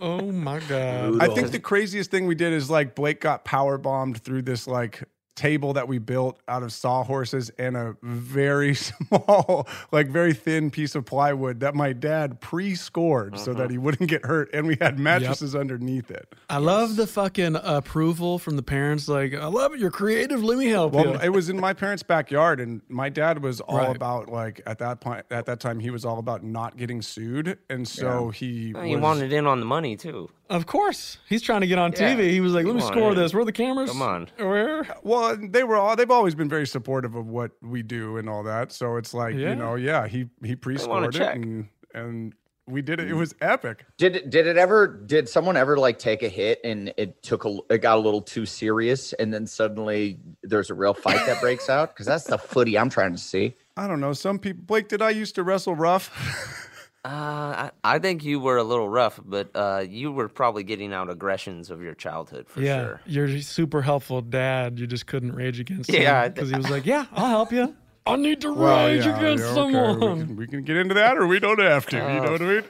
oh my god!
I think the craziest thing we did is like Blake got power bombed through this like table that we built out of sawhorses and a very small, like very thin piece of plywood that my dad pre-scored so
Mm-hmm.
that he wouldn't get hurt, and we had mattresses underneath it.
I love the fucking approval from the parents. Like, I love it. You're creative. Let me help
Well,
you.
it was in my parents' backyard, and my dad was all
Right.
about like at that point, at that time, he was all about not getting sued, and so he
Well, He
was-
wanted in on the money too.
Of course, he's trying to get on
Yeah.
TV. He was like, "Let me
Come on,
score
yeah.
this. Where are the cameras?
Come on.
Where?"
Well, and they were all they've always been very supportive of what we do and all that. So it's like,
Yeah.
you know, yeah, he he pre-scored it
check.
and and we did it. It was epic.
Did it, did it ever? Did someone ever like take a hit and it took a it got a little too serious and then suddenly there's a real fight that breaks out? Because that's the footy I'm trying to see.
I don't know. Some people Blake, did I used to wrestle rough?
Uh, I, I think you were a little rough, but uh, you were probably getting out aggressions of your childhood for
yeah,
sure.
you're super helpful, Dad. You just couldn't rage against
Yeah, I
him
th-
because he was like, "Yeah, I'll help you. I need to
Well,
rage
yeah,
against
yeah, okay,
someone."
We can, we can get into that or we don't have to. you know what I mean?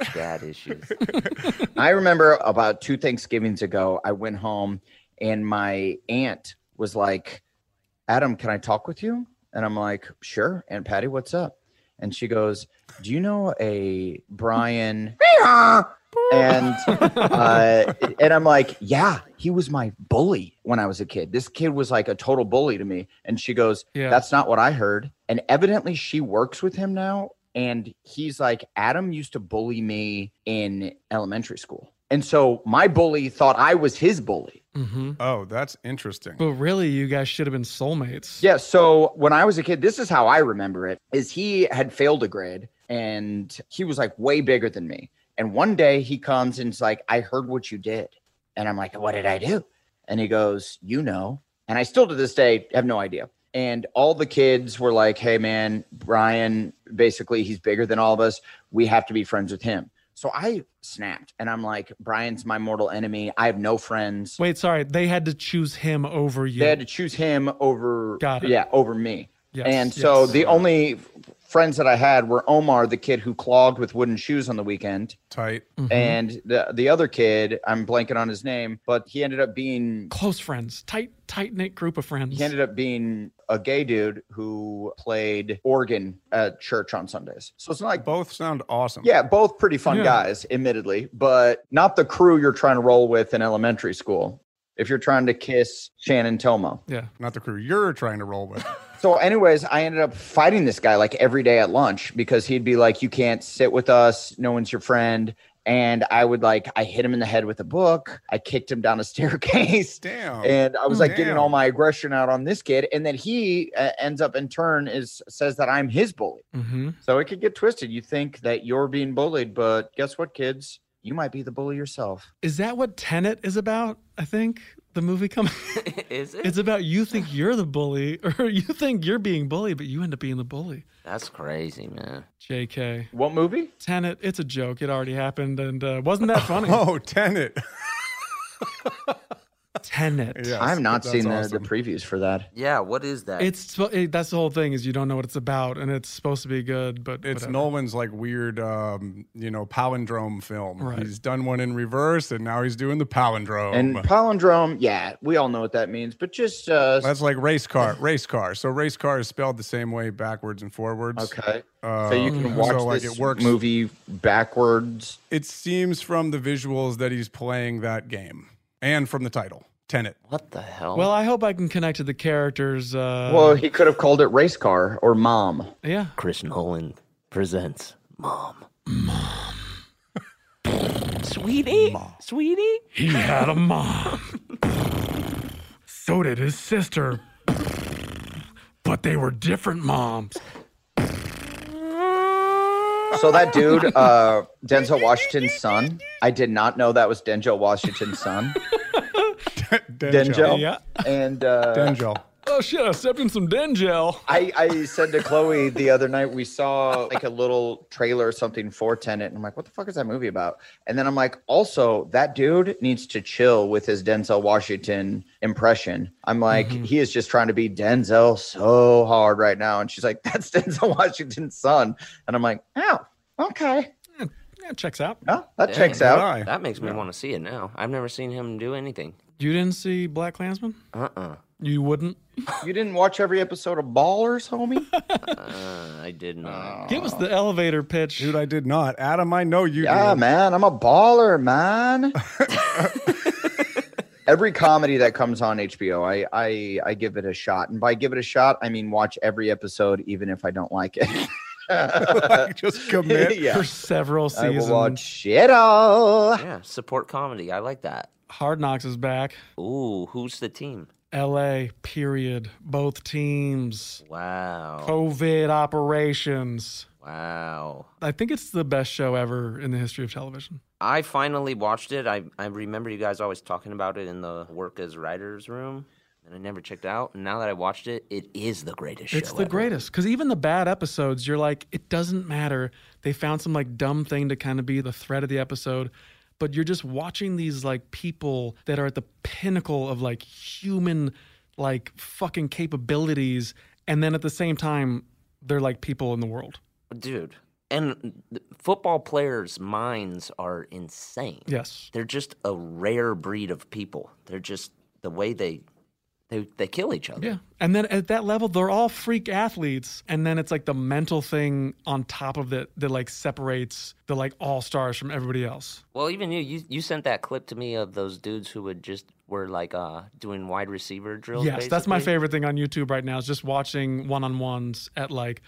Dad issues.
Oh, I remember about two Thanksgivings ago, I went home and my aunt was like, Adam, can I talk with you? And I'm like, sure. And Patty, what's up? And she goes, Do you know a Brian? and uh, and I'm like, yeah, he was my bully when I was a kid. This kid was like a total bully to me. And she goes,
Yeah.
that's not what I heard. And evidently, she works with him now. And he's like, Adam used to bully me in elementary school. And so my bully thought I was his bully.
Mm-hmm.
Oh, that's interesting.
But really, you guys should have been soulmates.
Yeah. So when I was a kid, this is how I remember it: is he had failed a grade, and he was like way bigger than me. And one day he comes and is like, "I heard what you did," and I'm like, "What did I do?" And he goes, "You know." And I still to this day have no idea. And all the kids were like, "Hey, man, Brian, basically he's bigger than all of us. We have to be friends with him." So I snapped, and I'm like, "Brian's my mortal enemy. I have no friends."
Wait, sorry, they had to choose him over you.
They had to choose him over
Got it.
yeah, over me.
Yes,
and so
yes.
the only f- friends that I had were Omar, the kid who clogged with wooden shoes on the weekend.
Tight.
Mhm.
And the the other kid, I'm blanking on his name, but he ended up being
close friends, tight tight knit group of friends.
he ended up being a gay dude who played organ at church on Sundays. So it's not like
both sound awesome.
Yeah, both pretty fun
Yeah.
guys, admittedly, but not the crew you're trying to roll with in elementary school. If you're trying to kiss Shannon Tomo.
Yeah.
Not the crew you're trying to roll with.
So, anyways, I ended up fighting this guy like every day at lunch because he'd be like, You can't sit with us. No one's your friend. and I would like I hit him in the head with a book. I kicked him down a staircase.
Damn.
And I was like getting
Damn.
all my aggression out on this kid, and then he uh, ends up in turn is says that I'm his bully.
Mm-hmm.
So it could get twisted. You think that you're being bullied, but guess what, kids? You might be the bully yourself.
Is that what Tenet is about? I think the movie coming.
is it?
It's about you think you're the bully, or you think you're being bullied, but you end up being the bully.
That's crazy, man.
Jk.
What movie?
Tenet. It's a joke. It already happened, and uh, wasn't that funny?
oh, Tenet.
Tenet.
I'm not seeing the, the previews for that.
Yeah, what is that?
It's spo- it, that's the whole thing is you don't know what it's about, and it's supposed to be good, but
It's
whatever.
Nolan's like weird, um, you know, palindrome film.
Right.
He's done one in reverse, and now he's doing the palindrome.
And palindrome, yeah, we all know what that means, but just uh,
That's like race car, race car. So race car is spelled the same way backwards and forwards.
Okay. so you can watch
Um, so, like,
this
it works.
movie backwards.
It seems from the visuals that he's playing that game, and from the title, Tenet.
What the hell?
Well, I hope I can connect to the characters. Uh,
well, he could have called it race car or mom.
Yeah.
Chris Nolan presents Mom. Mom. Sweetie? Sweetie?
He had a mom. so did his sister. But they were different moms.
So that dude, uh, Denzel Washington's son. I did not know that was Denzel Washington's son. Denzel.
Yeah.
And uh,
Denzel.
Oh shit! I stepped in some Dengel.
I, I said to Chloe the other night, we saw like a little trailer or something for Tenet. And I'm like, what the fuck is that movie about? And then I'm like, also, that dude needs to chill with his Denzel Washington impression. I'm like, he is just trying to be Denzel so hard right now. And she's like, that's Denzel Washington's son. And I'm like, oh, okay.
That checks out.
that
Dang,
checks out.
That makes me want to see it now. I've never seen him do anything.
You didn't see Black Klansman?
Uh uh
You wouldn't.
You didn't watch every episode of Ballers, homie?
Uh, I did
Oh.
not.
Give us the elevator pitch.
Dude, I did not. Adam, I know you.
Yeah,
did.
man, I'm a baller, man. every comedy that comes on HBO, I, I I give it a shot, and by give it a shot, I mean watch every episode, even if I don't like it.
Like, just commit.
yeah,
For several
I
seasons.
will watch it all.
Yeah, support comedy. I like that.
Hard Knocks is back.
Ooh, who's the team?
L.A. Period. Both teams.
Wow.
COVID operations.
Wow.
I think it's the best show ever in the history of television.
I finally watched it. I, I remember you guys always talking about it in the work as writers room, and I never checked out. And now that I watched it, it is the greatest
It's
show.
the
ever.
greatest because even the bad episodes, you're like, it doesn't matter. They found some like dumb thing to kind of be the thread of the episode, but you're just watching these like people that are at the pinnacle of like human like fucking capabilities, and then at the same time, they're like people in the world.
dude. And th- football players' minds are insane.
Yes.
they're just a rare breed of people. They're just the way they they they kill each other.
Yeah. And then at that level, they're all freak athletes. And then it's like the mental thing on top of it that like separates the like all stars from everybody else.
Well, even you, you you sent that clip to me of those dudes who would just were like uh doing wide receiver drills.
Yes, that's my
basically.
favorite thing on YouTube right now is just watching one on ones at like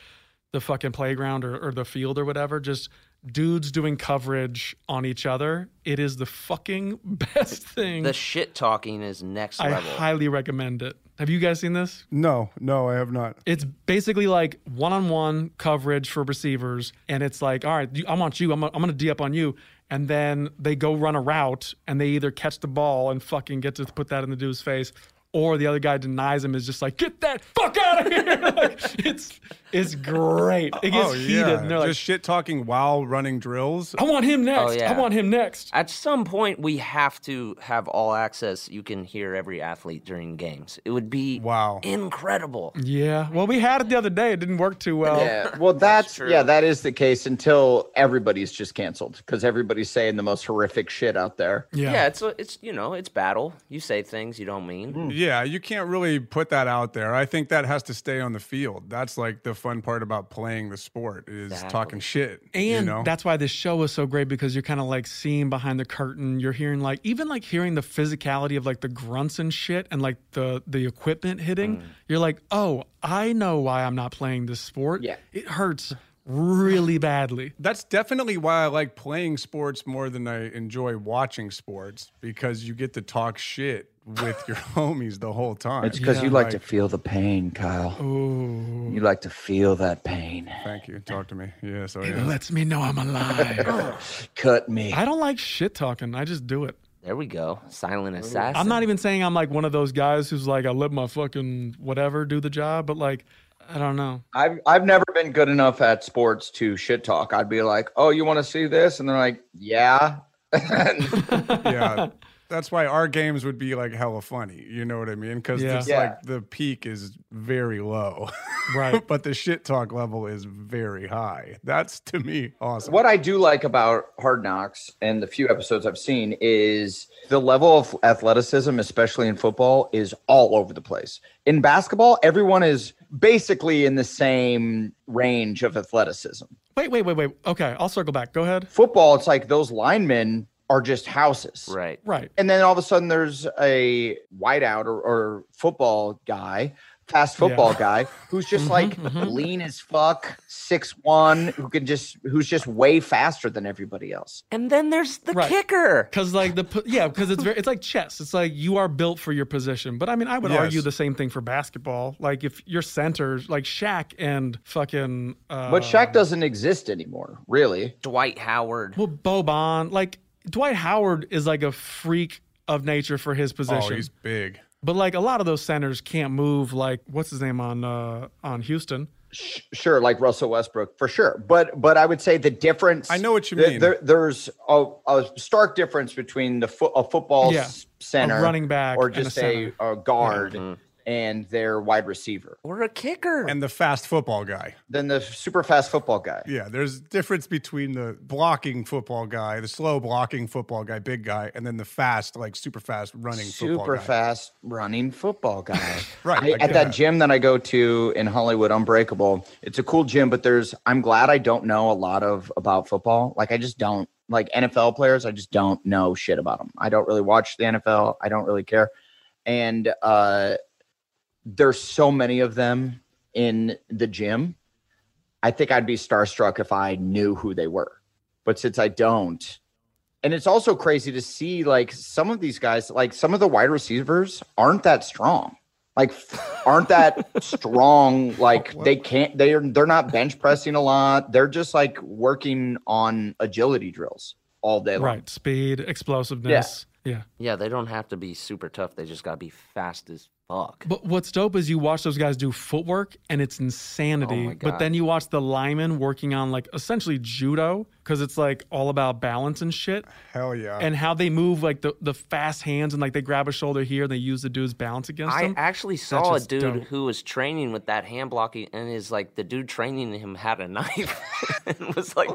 the fucking playground or, or the field or whatever. Just dudes doing coverage on each other. It is the fucking best thing.
The shit talking is next
I
level.
highly recommend it. Have you guys seen this?
No, no, I have not.
It's basically like one on one coverage for receivers. And it's like, all right, you, I want you. I'm, gonna- I'm going to D up on you. And then they go run a route and they either catch the ball and fucking get to put that in the dude's face. Or the other guy denies him is just like, get that fuck out of here. Like, it's it's great. It gets
oh,
heated.
yeah.
And they're like,
just shit talking while running drills.
I want him next.
Oh, yeah.
I want him next.
At some point, we have to have all access. You can hear every athlete during games. It would be
wow
incredible.
Yeah. Well, we had it the other day. It didn't work too well.
Yeah, well, that's, yeah, that is the case until everybody's just canceled because everybody's saying the most horrific shit out there.
Yeah, it's a, it's you know it's battle. You say things you don't mean.
Hmm.
Yeah, you can't really put that out there. I think that has to stay on the field. That's like the fun part about playing the sport is talking shit.
And
you know?
that's why this show is so great because you're kind of like seeing behind the curtain. You're hearing like even like hearing the physicality of like the grunts and shit and like the the equipment hitting. You're like, oh, I know why I'm not playing this sport. Yeah, it hurts really badly.
That's definitely why I like playing sports more than I enjoy watching sports because you get to talk shit with your homies the whole time.
It's because you like, to feel the pain, Kyle.
Ooh.
You like to feel that pain.
Thank you. Talk to me. Yeah, so
It
Oh, yeah.
lets me know I'm alive.
Cut me.
I don't like shit talking. I just do it.
There we go. Silent assassin.
I'm not even saying I'm like one of those guys who's like, I let my fucking whatever do the job, but like, I don't know.
I've I've never been good enough at sports to shit talk. I'd be like, "Oh, you want to see this?" and they're like, "Yeah."
yeah. That's why our games would be like hella funny. You know what I mean? Because
Yeah.
it's
Yeah.
like the peak is very low.
Right.
but the shit talk level is very high. That's to me awesome.
What I do like about Hard Knocks and the few episodes I've seen is the level of athleticism, especially in football, is all over the place. In basketball, everyone is basically in the same range of athleticism.
Wait, wait, wait, wait. Okay, I'll circle back. Go ahead.
Football, it's like those linemen are just houses.
Right.
Right.
And then all of a sudden there's a wideout or, or football guy, fast football
Yeah.
guy, who's just like lean as fuck, six one, who can just who's just way faster than everybody else.
And then there's the kicker.
Because like the po- yeah, because it's very it's like chess. It's like you are built for your position. But I mean, I would
Yes.
argue the same thing for basketball. Like if your centers, like Shaq and fucking, uh,
But Shaq doesn't exist anymore, really.
Dwight Howard.
well, Boban, like Dwight Howard is like a freak of nature for his position.
Oh, he's big.
but like a lot of those centers can't move. Like what's his name on uh on Houston?
Sh- Sure, like Russell Westbrook, for sure. But but I would say the difference. I know
what you mean.
There, there's a, a stark difference between the fo- a football
Yeah,
s- center,
a running back
or
and a
just a, a, guard, and their wide receiver.
Mm-hmm. Or a kicker.
And the fast football guy.
Then the super fast football guy.
Yeah, there's difference between the blocking football guy, the slow blocking football guy, big guy, and then the fast, like super fast running football
super
guy.
fast running football guy.
Right,
I-
like
at that
that.
gym that I go to in Hollywood, Unbreakable. It's a cool gym, but there's I'm glad I don't know a lot of about football. Like I just don't like NFL players. I just don't know shit about them. I don't really watch the NFL. I don't really care. And uh, there's so many of them in the gym. I think I'd be starstruck if I knew who they were. But since I don't, and it's also crazy to see like some of these guys, like some of the wide receivers aren't that strong. Like f- aren't that strong like they can't they're they're not bench pressing a lot. They're just like working on agility drills all day long.
Right, speed, explosiveness. yeah.
Yeah, they don't have to be super tough. They just got to be fast as fuck.
But what's dope is you watch those guys do footwork and it's
Oh
insanity.
my
but
God.
then you watch the linemen working on like essentially judo because it's like all about balance and shit.
Hell yeah.
And how they move like the, the fast hands and like they grab a shoulder here and they use the dude's balance against
I
them.
actually
That's
saw a
just
dude
dope.
who was training with that hand blocking, and is like the dude training him had a knife and was like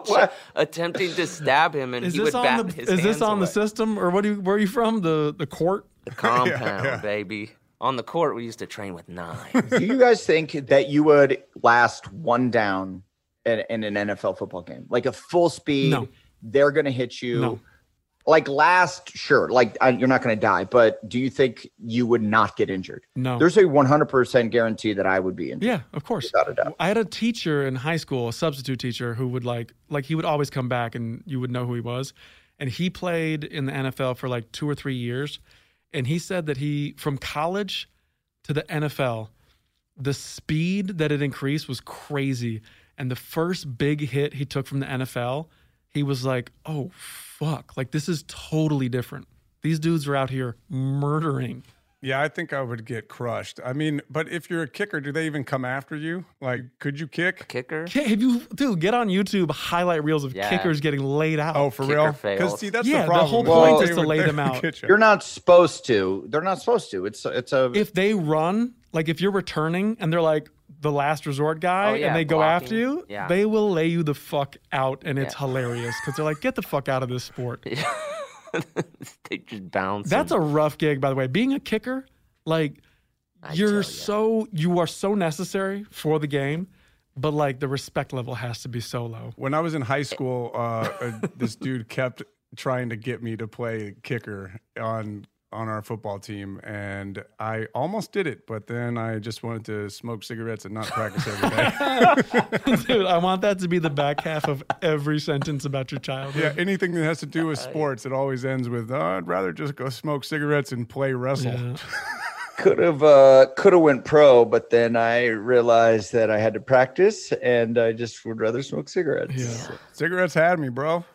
attempting to stab him, and
Is
he
this
would
on
bat
the
his
is this
hands
on the
away.
system or what do you where are you from? The the court?
The compound,
yeah.
baby. On the court, we used to train with knives.
Do you guys think that you would last one down in, in an NFL football game? Like a full speed,
No.
they're going to hit you.
No.
Like last, sure, like I, you're not going to die, but do you think you would not get injured?
No.
There's a 100% guarantee that I would be injured.
Yeah, of course.
Without a doubt.
I had a teacher in high school, a substitute teacher, who would like like he would always come back and you would know who he was. And he played in the NFL for like two or three years. And he said that he from college to the NFL, the speed that it increased was crazy. And the first big hit he took from the NFL, he was like, Oh fuck. Like this is totally different. These dudes are out here murdering.
Yeah, I think I would get crushed. I mean, but if you're a kicker, do they even come after you? Like, could you kick?
Kicker?
Ki- Have you dude get on YouTube highlight reels of
Yeah.
kickers getting laid out?
Oh, for real? Because see, that's
yeah,
the problem.
whole
is
point
they
is to
would-
lay
they
them
would
out.
get you.
You're not supposed to. They're not supposed to. It's it's a
If they run, like if you're returning and they're like the last resort guy
Oh, yeah,
and they go
blocking.
after you,
Yeah.
they will lay you the fuck out and it's hilarious because they're like, get the fuck out of this sport.
they just bounce.
That's a rough gig, by the way. Being a kicker, like you're so you are so necessary for the game, but like the respect level has to be so low.
When I was in high school, uh, uh, this dude kept trying to get me to play kicker on on our football team, and I almost did it, but then I just wanted to smoke cigarettes and not practice every day.
Dude, I want that to be the back half of every sentence about your childhood.
yeah, anything that has to do with sports, it always ends with "Oh, I'd rather just go smoke cigarettes and play wrestle.
could have uh, could have went pro, but then I realized that I had to practice, and I just would rather smoke cigarettes.
Yeah.
cigarettes had me, bro.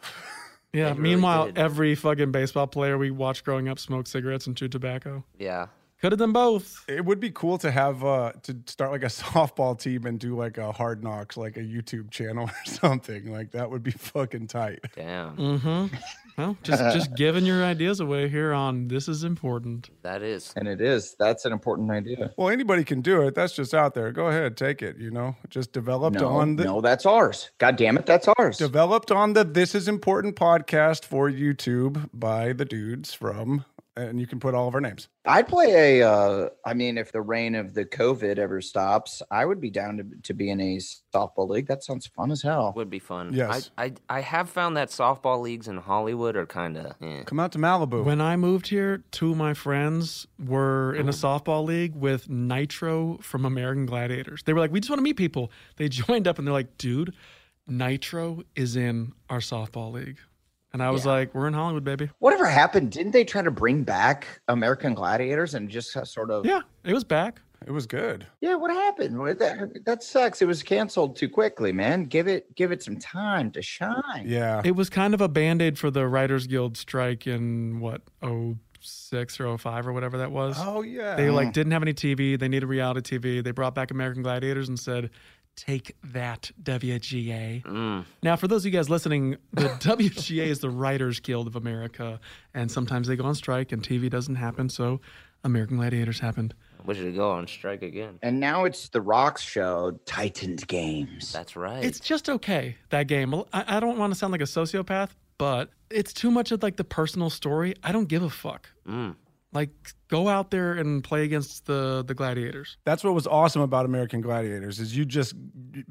Yeah.
really
Meanwhile,
did.
every fucking baseball player we watched growing up smoked cigarettes and chewed tobacco.
Yeah.
Could have done both.
It would be cool to have uh, to start like a softball team and do like a hard knocks, like a YouTube channel or something. Like that would be fucking tight.
Damn.
Mm-hmm. Well, just just giving your ideas away here on this is important.
That is.
And it is. That's an important idea.
Well, anybody can do it. That's just out there. Go ahead, take it. You know, just developed
No,
on the.
no, that's ours. God damn it, that's ours.
Developed on the This Is Important podcast for YouTube by the dudes from, and you can put all of our names.
I'd play a. Uh, I mean, if the reign of the COVID ever stops, I would be down to, to be in a softball league. That sounds fun as hell.
Would be fun.
Yes.
I, I I have found that softball leagues in Hollywood are kind of. Eh.
Come out to Malibu.
When I moved here, two of my friends were in a softball league with Nitro from American Gladiators. They were like, "We just want to meet people." They joined up and they're like, "Dude, Nitro is in our softball league," and I was
Yeah.
like, "We're in Hollywood, baby."
Whatever happened? Didn't they try to bring back American Gladiators and just sort of?
Yeah, it was back.
It was good.
Yeah, what happened? What- That, that sucks. It was canceled too quickly, man. Give it give it some time to shine.
Yeah.
It was kind of a band aid for the Writers Guild strike in what, oh six or oh five or whatever that was.
Oh, yeah.
They like
Mm.
didn't have any TV. They needed reality TV. They brought back American Gladiators and said, Take that, WGA. Now, for those of you guys listening, the WGA is the Writers Guild of America, and sometimes they go on strike and TV doesn't happen, so American Gladiators happened.
Wish it'd go on strike again.
And now it's The Rock's show, Titans Games.
That's right.
It's just okay, that game. I, I don't want to sound like a sociopath, but it's too much of like the personal story. I don't give a fuck.
Mm.
Like, go out there and play against the the gladiators.
That's what was awesome about American Gladiators is you just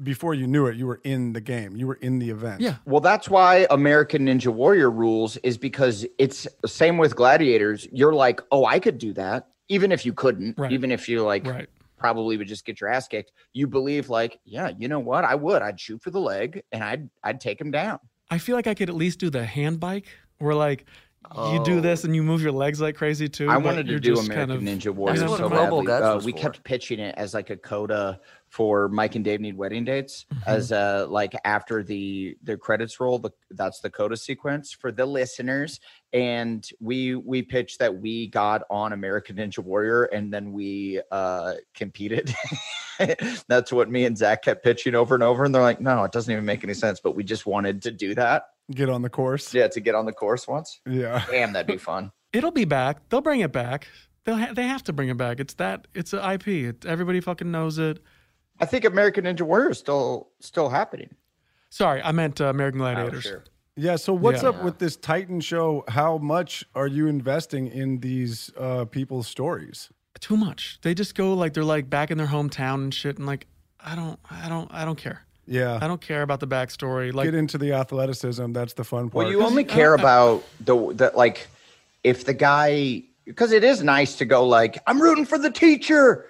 before you knew it, you were in the game. You were in the event.
Yeah.
Well, that's why American Ninja Warrior rules is because it's the same with gladiators. You're like, oh, I could do that. Even if you couldn't,
Right.
even if you like
Right.
probably would just get your ass kicked, you believe like, yeah, you know what? I would. I'd shoot for the leg and I'd I'd take him down.
I feel like I could at least do the hand bike where like you do this and you move your legs like crazy too.
Oh. I
but
wanted to
you're
do
just
American
kind of-
Ninja Warrior
That's what
so
Robo
badly.
Guts
Uh,
was
we
for.
kept pitching it as like a coda for Mike and Dave need wedding dates.
Mm-hmm.
As uh, like after the the credits roll, the, that's the coda sequence for the listeners. And we we pitched that we got on American Ninja Warrior, and then we uh, competed. that's what me and Zach kept pitching over and over, and they're like, "No, it doesn't even make any sense." But we just wanted to do that.
Get on the course.
Yeah, to get on the course once.
Yeah.
Damn, that'd be fun.
It'll be back. They'll bring it back. They'll ha- they have to bring it back. It's that it's an IP. It, everybody fucking knows it.
I think American Ninja Warrior is still still happening.
Sorry, I meant uh,
Oh,
American Gladiators.
Yeah. So what's
Yeah.
up with this Titan show? How much are you investing in these uh, people's stories?
Too much. They just go like they're like back in their hometown and shit and like I don't I don't I don't care.
Yeah.
I don't care about the backstory. Like uh,
Get into the athleticism. That's the fun part.
Well, you only care about the that like if the guy because it is nice to go like I'm rooting for the teacher.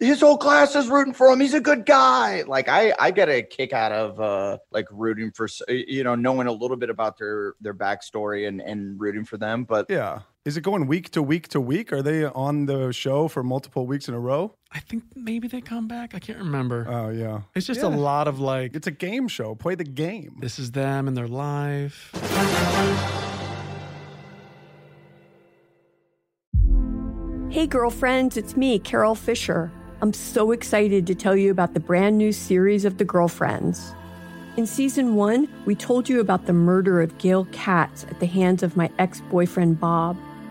His whole class is rooting for him. He's a good guy. Like I, I get a kick out of uh like rooting for s- you know knowing a little bit about their their backstory and and rooting for them. But
Yeah. Is it going week to week to week? Are they on the show for multiple weeks in a row?
I think maybe they come back. I can't remember.
Oh yeah.
It's just
Yeah.
a lot of like
It's a game show. Play the game.
this is them and their life.
Hey, girlfriends, it's me, Carol Fisher. I'm so excited to tell you about the brand new series of The Girlfriends. In season one, we told you about the murder of Gail Katz at the hands of my ex boyfriend, Bob.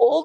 all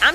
I'm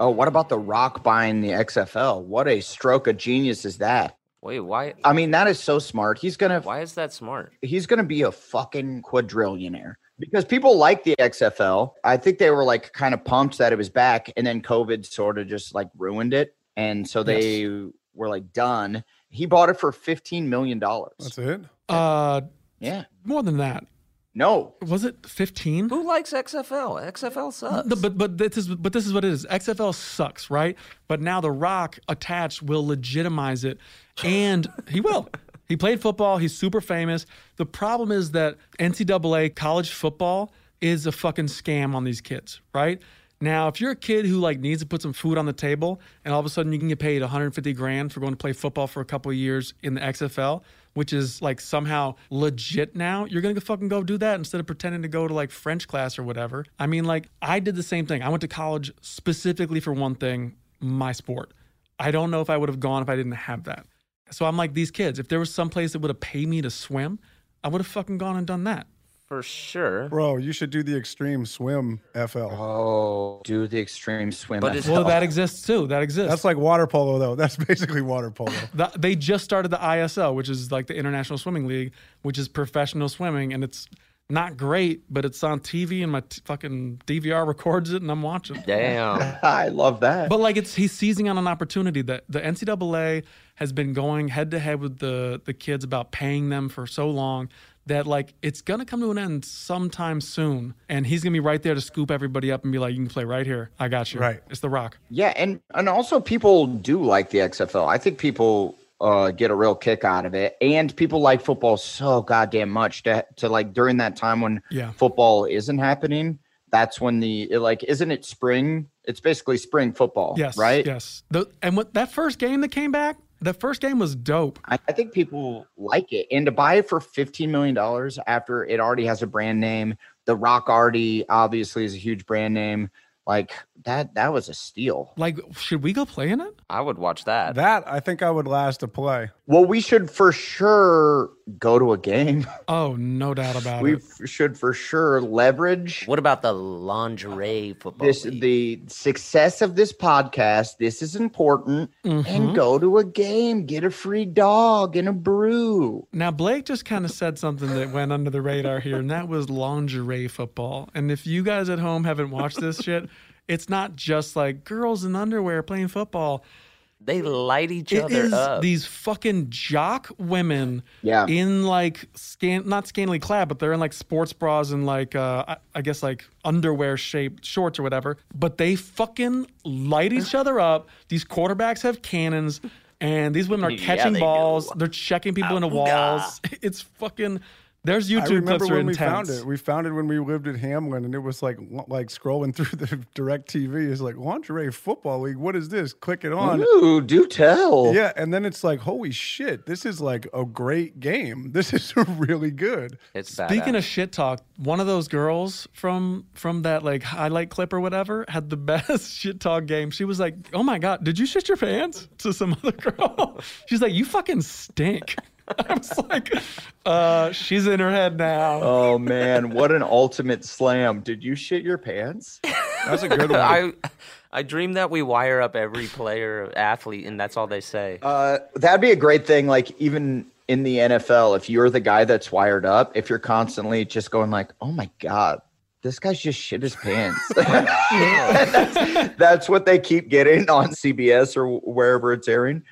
Oh, what about The Rock buying the XFL? What a stroke of genius is that?
Wait, why?
I mean, that is so smart. He's gonna
Why is that smart?
he's gonna be a fucking quadrillionaire because people like the XFL. I think they were like kind of pumped that it was back, and then COVID sort of just like ruined it, and so they were like done. He bought it for fifteen million dollars.
That's it.
Uh,
yeah.
More than that.
No.
Was it 15?
Who likes XFL? XFL sucks.
No, but but this is but this is what it is. XFL sucks, right? But now the Rock attached will legitimize it, and he will. He played football. He's super famous. The problem is that NCAA college football is a fucking scam on these kids, right? Now, if you're a kid who like needs to put some food on the table, and all of a sudden you can get paid 150 grand for going to play football for a couple of years in the XFL, which is like somehow legit now, you're gonna fucking go do that instead of pretending to go to like French class or whatever. I mean, like I did the same thing. I went to college specifically for one thing, my sport. I don't know if I would have gone if I didn't have that. So I'm like these kids. If there was some place that would have paid me to swim, I would have fucking gone and done that.
for sure.
Bro, you should do the extreme swim FL.
Oh, do the extreme swim.
But well, that exists too. That exists.
That's like water polo, though. That's basically water polo.
The- they just started the ISL, which is like the International Swimming League, which is professional swimming, and it's not great, but it's on TV, and my t- fucking DVR records it, and I'm watching.
Damn,
I love that.
But like, it's he's seizing on an opportunity that the NCAA has been going head to head with the the kids about paying them for so long that like it's gonna come to an end sometime soon, and he's gonna be right there to scoop everybody up and be like, "You can play right here. I got you.
Right.
It's the Rock."
Yeah, and and also people do like the XFL. I think people uh, get a real kick out of it, and people like football so goddamn much to to like during that time when
Yeah.
football isn't happening. That's when the it, like isn't it spring? It's basically spring football,
Yes.
right?
Yes. The, and what that first game that came back, the first game was dope.
I, I think people like it. And to buy it for $15 million after it already has a brand name, The Rock already obviously is a huge brand name. Like that, that was a steal.
Like, should we go play in it?
I would watch that.
That I think I would last to play.
Well, we should for sure go to a game.
Oh, no doubt about
we
it.
f- should for sure leverage
What about the lingerie football?
this
league?
the success of this podcast. This is important.
Mhm.
And go to a game, get a free dog and a brew.
Now, Blake just kind of said something that went under the radar here, and that was lingerie football. And if you guys at home haven't watched this shit, it's not just like girls in underwear playing football.
they light each
It
other
is
up.
these fucking jock women
Yeah.
in like scan not scantily clad, but they're in like sports bras and like uh I, I guess like underwear shaped shorts or whatever. But they fucking light each other up. These quarterbacks have cannons and these women are
Yeah,
catching
they
balls.
do.
They're checking people into
Ooga.
walls. It's fucking there's
I
YouTube
remember
clips are
when we found
intense.
it. We found it when we lived at Hamlin, and it was like like scrolling through the direct TV. It's like lingerie football league. What is this? Click it on.
Ooh, do tell.
Yeah, and then it's like, holy shit, this is like a great game. This is really good.
it's
Speaking
badass.
of shit talk, one of those girls from from that like highlight clip or whatever had the best shit talk game. She was like, "Oh my god, did you shit your pants?" to some other girl. She's like, "You fucking stink." I was like, uh, "She's in her head now."
Oh man, what an ultimate slam. Did you shit your pants?
That's a good one.
I I dream that we wire up every player athlete, and that's all they say.
Uh, that'd be a great thing. Like even in the NFL, if you're the guy that's wired up, if you're constantly just going like, "Oh my god, this guy's just shit his pants," that's, that's what they keep getting on CBS or wherever it's airing.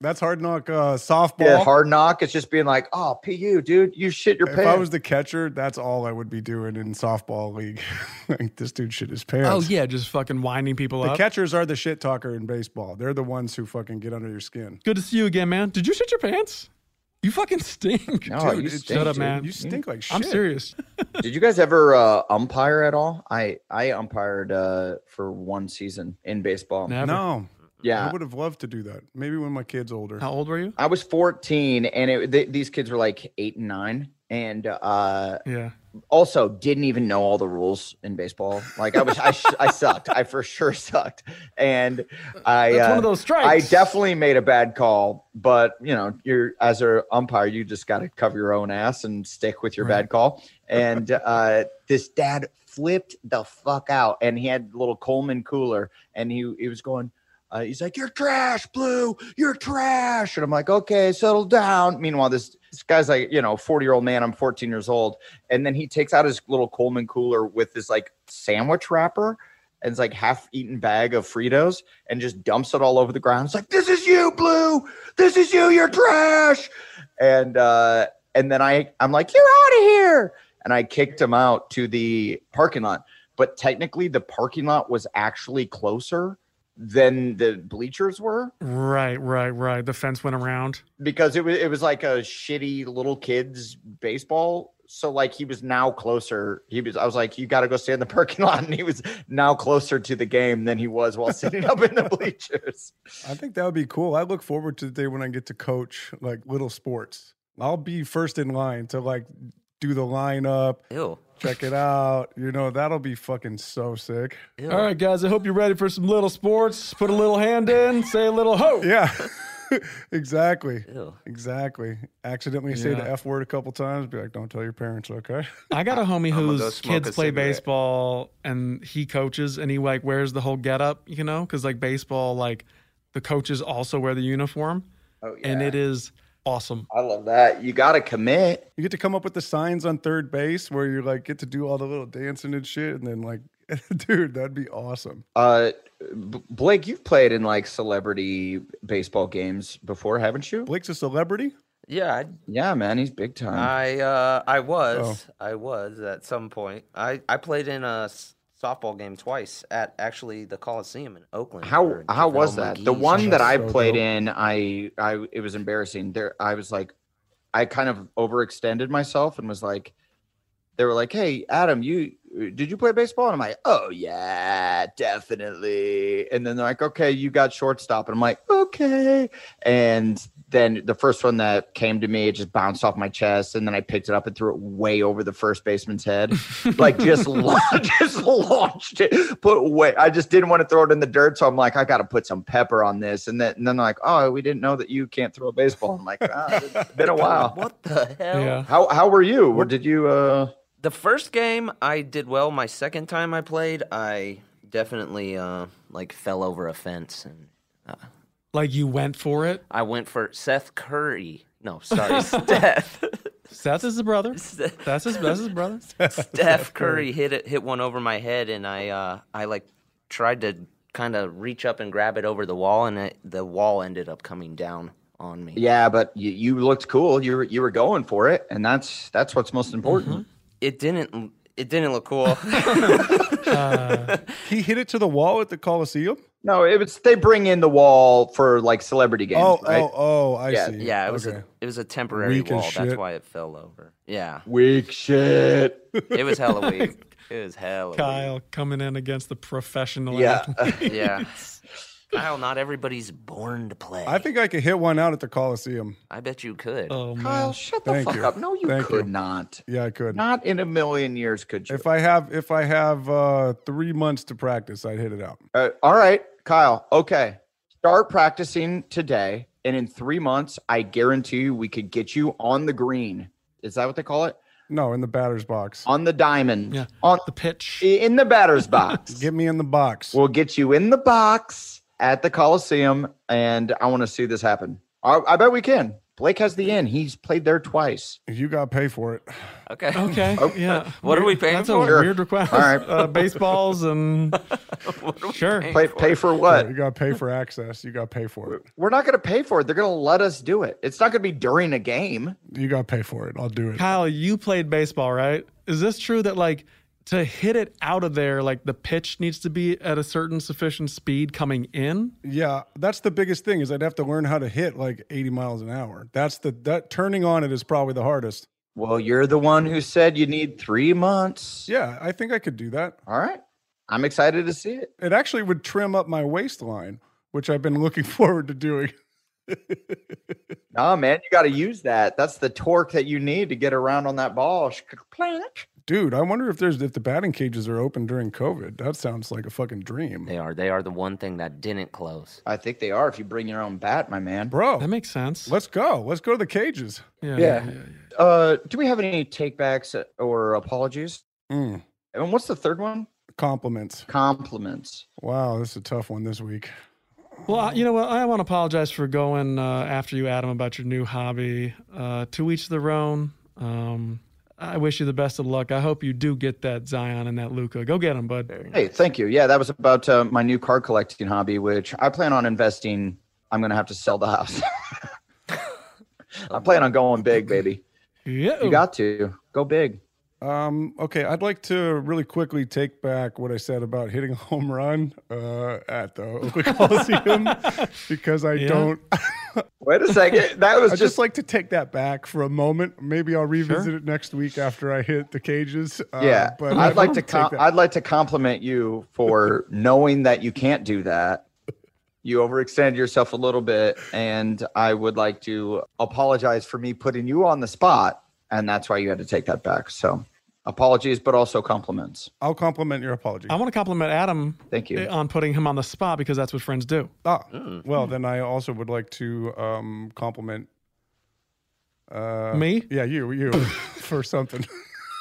That's hard knock uh, softball.
Yeah, hard knock. It's just being like, "Oh, pu, dude, you shit your
if
pants."
I was the catcher, that's all I would be doing in softball league. like this dude shit his pants.
Oh yeah, just fucking winding people
The
up.
catchers are the shit talker in baseball. They're the ones who fucking get under your skin.
Good to see you again, man. Did you shit your pants? You fucking stink.
No, you
it-
stink,
Shut up,
dude.
man.
You stink like shit.
I'm serious.
Did you guys ever uh, umpire at all? I I umpired uh, for one season in baseball.
Never.
No. I
Yeah,
would have loved to do that. Maybe when my kid's older.
How old were you?
I was 14, and it, th- these kids were like eight and nine, and uh,
Yeah.
also didn't even know all the rules in baseball. Like I was, I, sh- I sucked. I for sure sucked, and I.
That's one of
uh,
those strikes.
I definitely made a bad call, but you know, you're as a umpire, you just got to cover your own ass and stick with your
Right.
bad call. And uh, this dad flipped the fuck out, and he had little Coleman cooler, and he he was going. Uh, he's like, "You're trash, Blue. You're trash." And I'm like, "Okay, settle down." Meanwhile, this this guy's like, you know, 40 year old man. I'm 14 years old, and then he takes out his little Coleman cooler with this like sandwich wrapper, and it's like half eaten bag of Fritos and just dumps it all over the ground. It's like, this is you, Blue. This is you. You're trash. And uh, and then I I'm like, you're out of here. And I kicked him out to the parking lot. But technically, the parking lot was actually closer than the bleachers were
Right, right, right. The fence went around.
because it was it was like a shitty little kids baseball. So like he was now closer. He was I was like, you gotta go stay in the parking lot. And he was now closer to the game than he was while sitting up in the bleachers.
I think that would be cool. I look forward to the day when I get to coach like little sports. I'll be first in line to like do the lineup,
Ew.
check it out. You know, that'll be fucking so sick.
Ew.
All right, guys. I hope you're ready for some little sports. Put a little hand in. Say a little ho.
Yeah. exactly. Exactly. Accidentally say the
Yeah.
F word a couple times. Be like, don't tell your parents, okay?
I got a homie
I'ma go
whose
smoke
kids
a
play
cigarette.
baseball and he coaches and he like wears the whole getup, you know, because like baseball, like the coaches also wear the uniform.
Oh,
And
yeah.
it is awesome.
I love that. You got to commit.
You get to come up with the signs on third base where you like get to do all the little dancing and shit, and then like, dude, that'd be awesome.
Uh, B- Blake, you've played in like celebrity baseball games before, haven't you?
Blake's a celebrity.
Yeah, I
Yeah, man, he's big time. Oh.
I uh, I was I was at some point. I I played in a s- softball game twice at actually the Coliseum in Oakland.
how
for
how was
Development
that? The
Geese.
one that I played in, I I it was embarrassing. There, I was like, I kind of overextended myself and was like, they were like, "Hey, Adam, you did you play baseball?" And I'm like, "Oh yeah, definitely." And then they're like, "Okay, you got shortstop," and I'm like, "Okay." And then the first one that came to me, it just bounced off my chest, and then I picked it up and threw it way over the first baseman's head, like just la- just launched it. Put way, I just didn't want to throw it in the dirt, so I'm like, I got to put some pepper on this. And then and then they're like, "Oh, we didn't know that you can't throw a baseball." I'm like, ah, "It's been a while."
What the hell?
How how were you? Or did you? uh
The first game I did well. My second time I played, I definitely uh, like fell over a fence and
Like you went for it.
I went for Seth Curry. No, sorry, Steph.
Seth is the brother. That's his that's his brother.
Steph Curry hit it, hit one over my head, and I uh, I like tried to kind of reach up and grab it over the wall, and it, the wall ended up coming down on me.
Yeah, but you, you looked cool. You were you were going for it, and that's that's what's most important.
Mm-hmm. It didn't. It didn't look cool.
He hit it to the wall at the Coliseum.
No, it was they bring in the wall for like celebrity games.
Oh,
right?
oh, oh, I
Yeah.
see.
yeah, it was
Okay.
a, it was a temporary
Weak as
wall. That's
shit.
why it fell over. Yeah,
Weak shit.
it was hella weak. It was hella.
Kyle coming in against the professional.
Yeah.
athlete.
Yeah. Kyle, not everybody's born to play.
I think I could hit one out at the Coliseum.
I bet you could.
Oh,
Kyle, shut the
Thank
fuck
you.
up. No, you
Thank
could
you.
not.
Yeah, I could.
Not in a million years could you.
If I have if I have uh three months to practice, I'd hit it out.
Uh, all right, Kyle. Okay, start practicing today, and in three months, I guarantee you, we could get you on the green. Is that what they call it?
No, in the batter's box.
On the diamond.
Yeah.
On
the pitch.
In the batter's box.
get me in the box.
We'll get you in the box at the Coliseum, and I want to see this happen. I, I bet we can. Blake has the in. He's played there twice.
You got to pay for it.
Okay.
Okay.
Oh.
uh,
Yeah.
What are we paying
That's
for?
a
Sure.
weird request.
All right.
Uh, baseballs and sure.
Pay, pay for what?
You got to pay for access. You got to pay for it.
We're not going to pay for it. They're going to let us do it. It's not going to be during a game.
You got to pay for it. I'll do it.
Kyle, you played baseball, right? Is this true that like to hit it out of there, like the pitch needs to be at a certain sufficient speed coming in?
Yeah, that's the biggest thing is I'd have to learn how to hit like 80 miles an hour. That's the that turning on it is probably the hardest.
Well, you're the one who said you need three months.
Yeah, I think I could do that.
All right. I'm excited to see it.
It actually would trim up my waistline, which I've been looking forward to doing.
Nah, man, you got to use that. That's the torque that you need to get around on that ball.
Dude, I wonder if there's if the batting cages are open during COVID. That sounds like a fucking dream.
They are. They are the one thing that didn't close.
I think they are if you bring your own bat, my man.
Bro,
That makes sense.
let's go. Let's go to the cages.
Yeah.
Uh, do we have any takebacks or apologies?
Mm,
And what's the third one?
compliments.
Compliments.
Wow, this is a tough one this week.
Well, I- you know what? I want to apologize for going uh, after you, Adam, about your new hobby. Uh, to each their own. Um, I wish you the best of luck. I hope you do get that Zion and that Luca. Go get them, bud.
Hey, thank you. Yeah, that was about uh, my new card collecting hobby, which I plan on investing. I'm going to have to sell the house. I plan on going big, baby.
Yeah.
You got to go big.
Um, okay, I'd like to really quickly take back what I said about hitting a home run uh, at the Oakland Coliseum because I
Yeah.
don't.
Wait a second. That was
I
just
just like to take that back for a moment. Maybe I'll revisit it next week after I hit the cages. Uh,
yeah.
but
I'd like to
take
com-
that-
I'd like to compliment you for knowing that you can't do that. You overextend yourself a little bit, and I would like to apologize for me putting you on the spot, and that's why you had to take that back. So Apologies, but also compliments.
I'll compliment your apology.
I want to compliment Adam.
Thank you.
On putting him on the spot because that's what friends do.
Ah, well, then I also would like to um, compliment uh,
Me?
Yeah, you, you for something.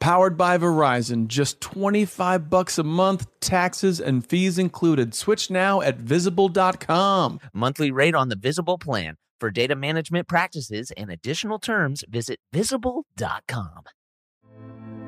powered by Verizon. Just 25 bucks a month, taxes and fees included. Switch now at visible.com.
Monthly rate on the Visible plan. For data management practices and additional terms, visit visible.com.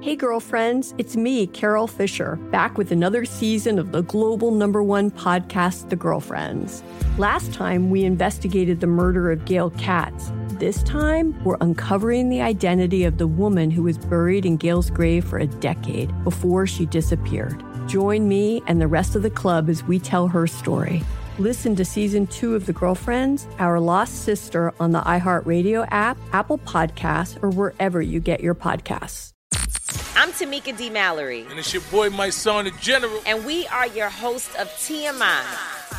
Hey, girlfriends, it's me, Carol Fisher, back with another season of the global number one podcast, The Girlfriends. Last time, we investigated the murder of Gail Katz. This time, we're uncovering the identity of the woman who was buried in Gail's grave for a decade before she disappeared. Join me and the rest of the club as we tell her story. Listen to season two of The Girlfriends, Our Lost Sister on the iHeartRadio app, Apple Podcasts, or wherever you get your podcasts.
I'm Tamika D. Mallory.
And it's your boy, my son, the General.
And we are your hosts of TMI.